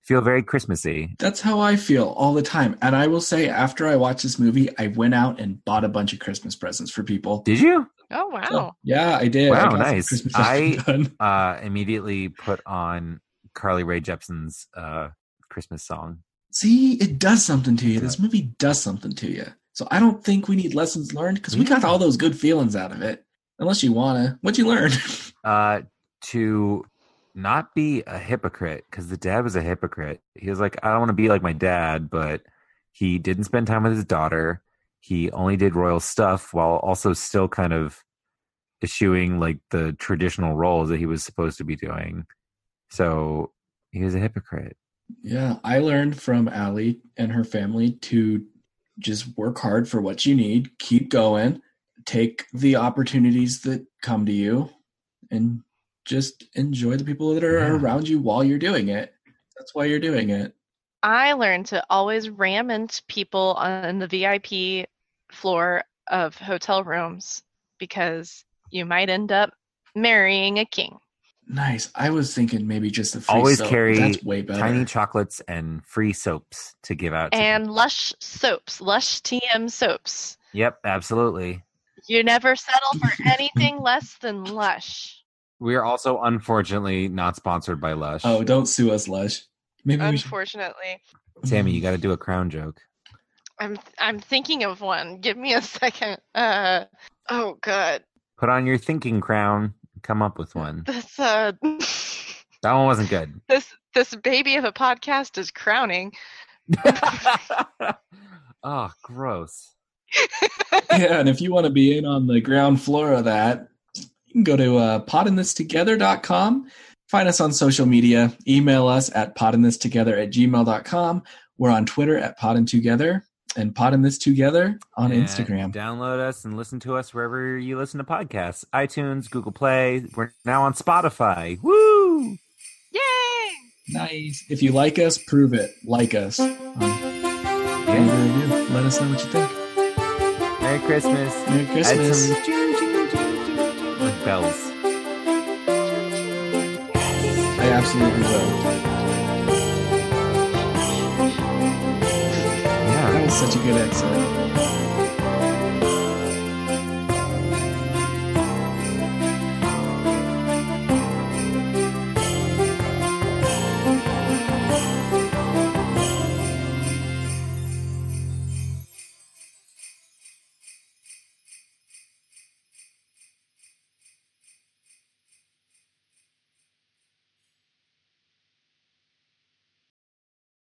Speaker 2: feel very Christmassy.
Speaker 1: That's how I feel all the time. And I will say, after I watched this movie, I went out and bought a bunch of Christmas presents for people.
Speaker 2: Did you?
Speaker 3: Oh wow.
Speaker 1: So, yeah, I did. I
Speaker 2: Wow,
Speaker 1: got some
Speaker 2: nice.
Speaker 1: Christmas
Speaker 2: I-
Speaker 1: shopping done.
Speaker 2: Uh, immediately put on Carly Rae Jepsen's uh, Christmas song.
Speaker 1: See, it does something to you. This movie does something to you. So I don't think we need lessons learned because we got all those good feelings out of it. Unless you wanna, what'd you learn?
Speaker 2: Uh, to not be a hypocrite because the dad was a hypocrite. He was like, I don't want to be like my dad, but he didn't spend time with his daughter. He only did royal stuff while also still kind of eschewing like the traditional roles that he was supposed to be doing. So he was a hypocrite.
Speaker 1: yeah, I learned from Allie and her family to just work hard for what you need, keep going, take the opportunities that come to you, and just enjoy the people that are
Speaker 2: Yeah.
Speaker 1: around you while you're doing it. That's why you're doing it.
Speaker 3: I learned to always ram into people on the VIP floor of hotel rooms because you might end up marrying a king.
Speaker 1: Nice. I was thinking maybe just the free
Speaker 2: Always
Speaker 1: soap.
Speaker 2: carry
Speaker 1: That's way better.
Speaker 2: Tiny chocolates and free soaps to give out. to
Speaker 3: And Lush soaps, Lush TM soaps.
Speaker 2: Yep, absolutely.
Speaker 3: You never settle for anything less than Lush.
Speaker 2: We are also unfortunately not sponsored by Lush.
Speaker 1: Oh, don't sue us, Lush. Maybe
Speaker 3: Um,
Speaker 1: we should.
Speaker 3: Unfortunately,
Speaker 2: Tammy, you got to do a crown joke.
Speaker 3: I'm I'm thinking of one. Give me a second. Uh oh god.
Speaker 2: Put on your thinking crown. Come up with one.
Speaker 3: This uh
Speaker 2: That one wasn't good.
Speaker 3: this this baby of a podcast is crowning.
Speaker 2: oh, gross.
Speaker 1: yeah, and if you want to be in on the ground floor of that, you can go to uh, potinthistogether.com. Find us on social media. Email us at potinthistogether at gmail.com. We're on Twitter at potinttogether and potinthistogether on
Speaker 2: And
Speaker 1: Instagram.
Speaker 2: Download us and listen to us wherever you listen to podcasts iTunes, Google Play. We're now on Spotify. Woo!
Speaker 3: Yay!
Speaker 1: Nice. If you like us, prove it. Like us. Um, leave a review. Let us know what you think.
Speaker 2: Merry Christmas.
Speaker 1: Merry
Speaker 2: Add
Speaker 1: Christmas.
Speaker 2: some ching, ching, ching, ching, ching, like bells.
Speaker 1: I absolutely will.
Speaker 2: Yeah.
Speaker 1: That was such a good exit.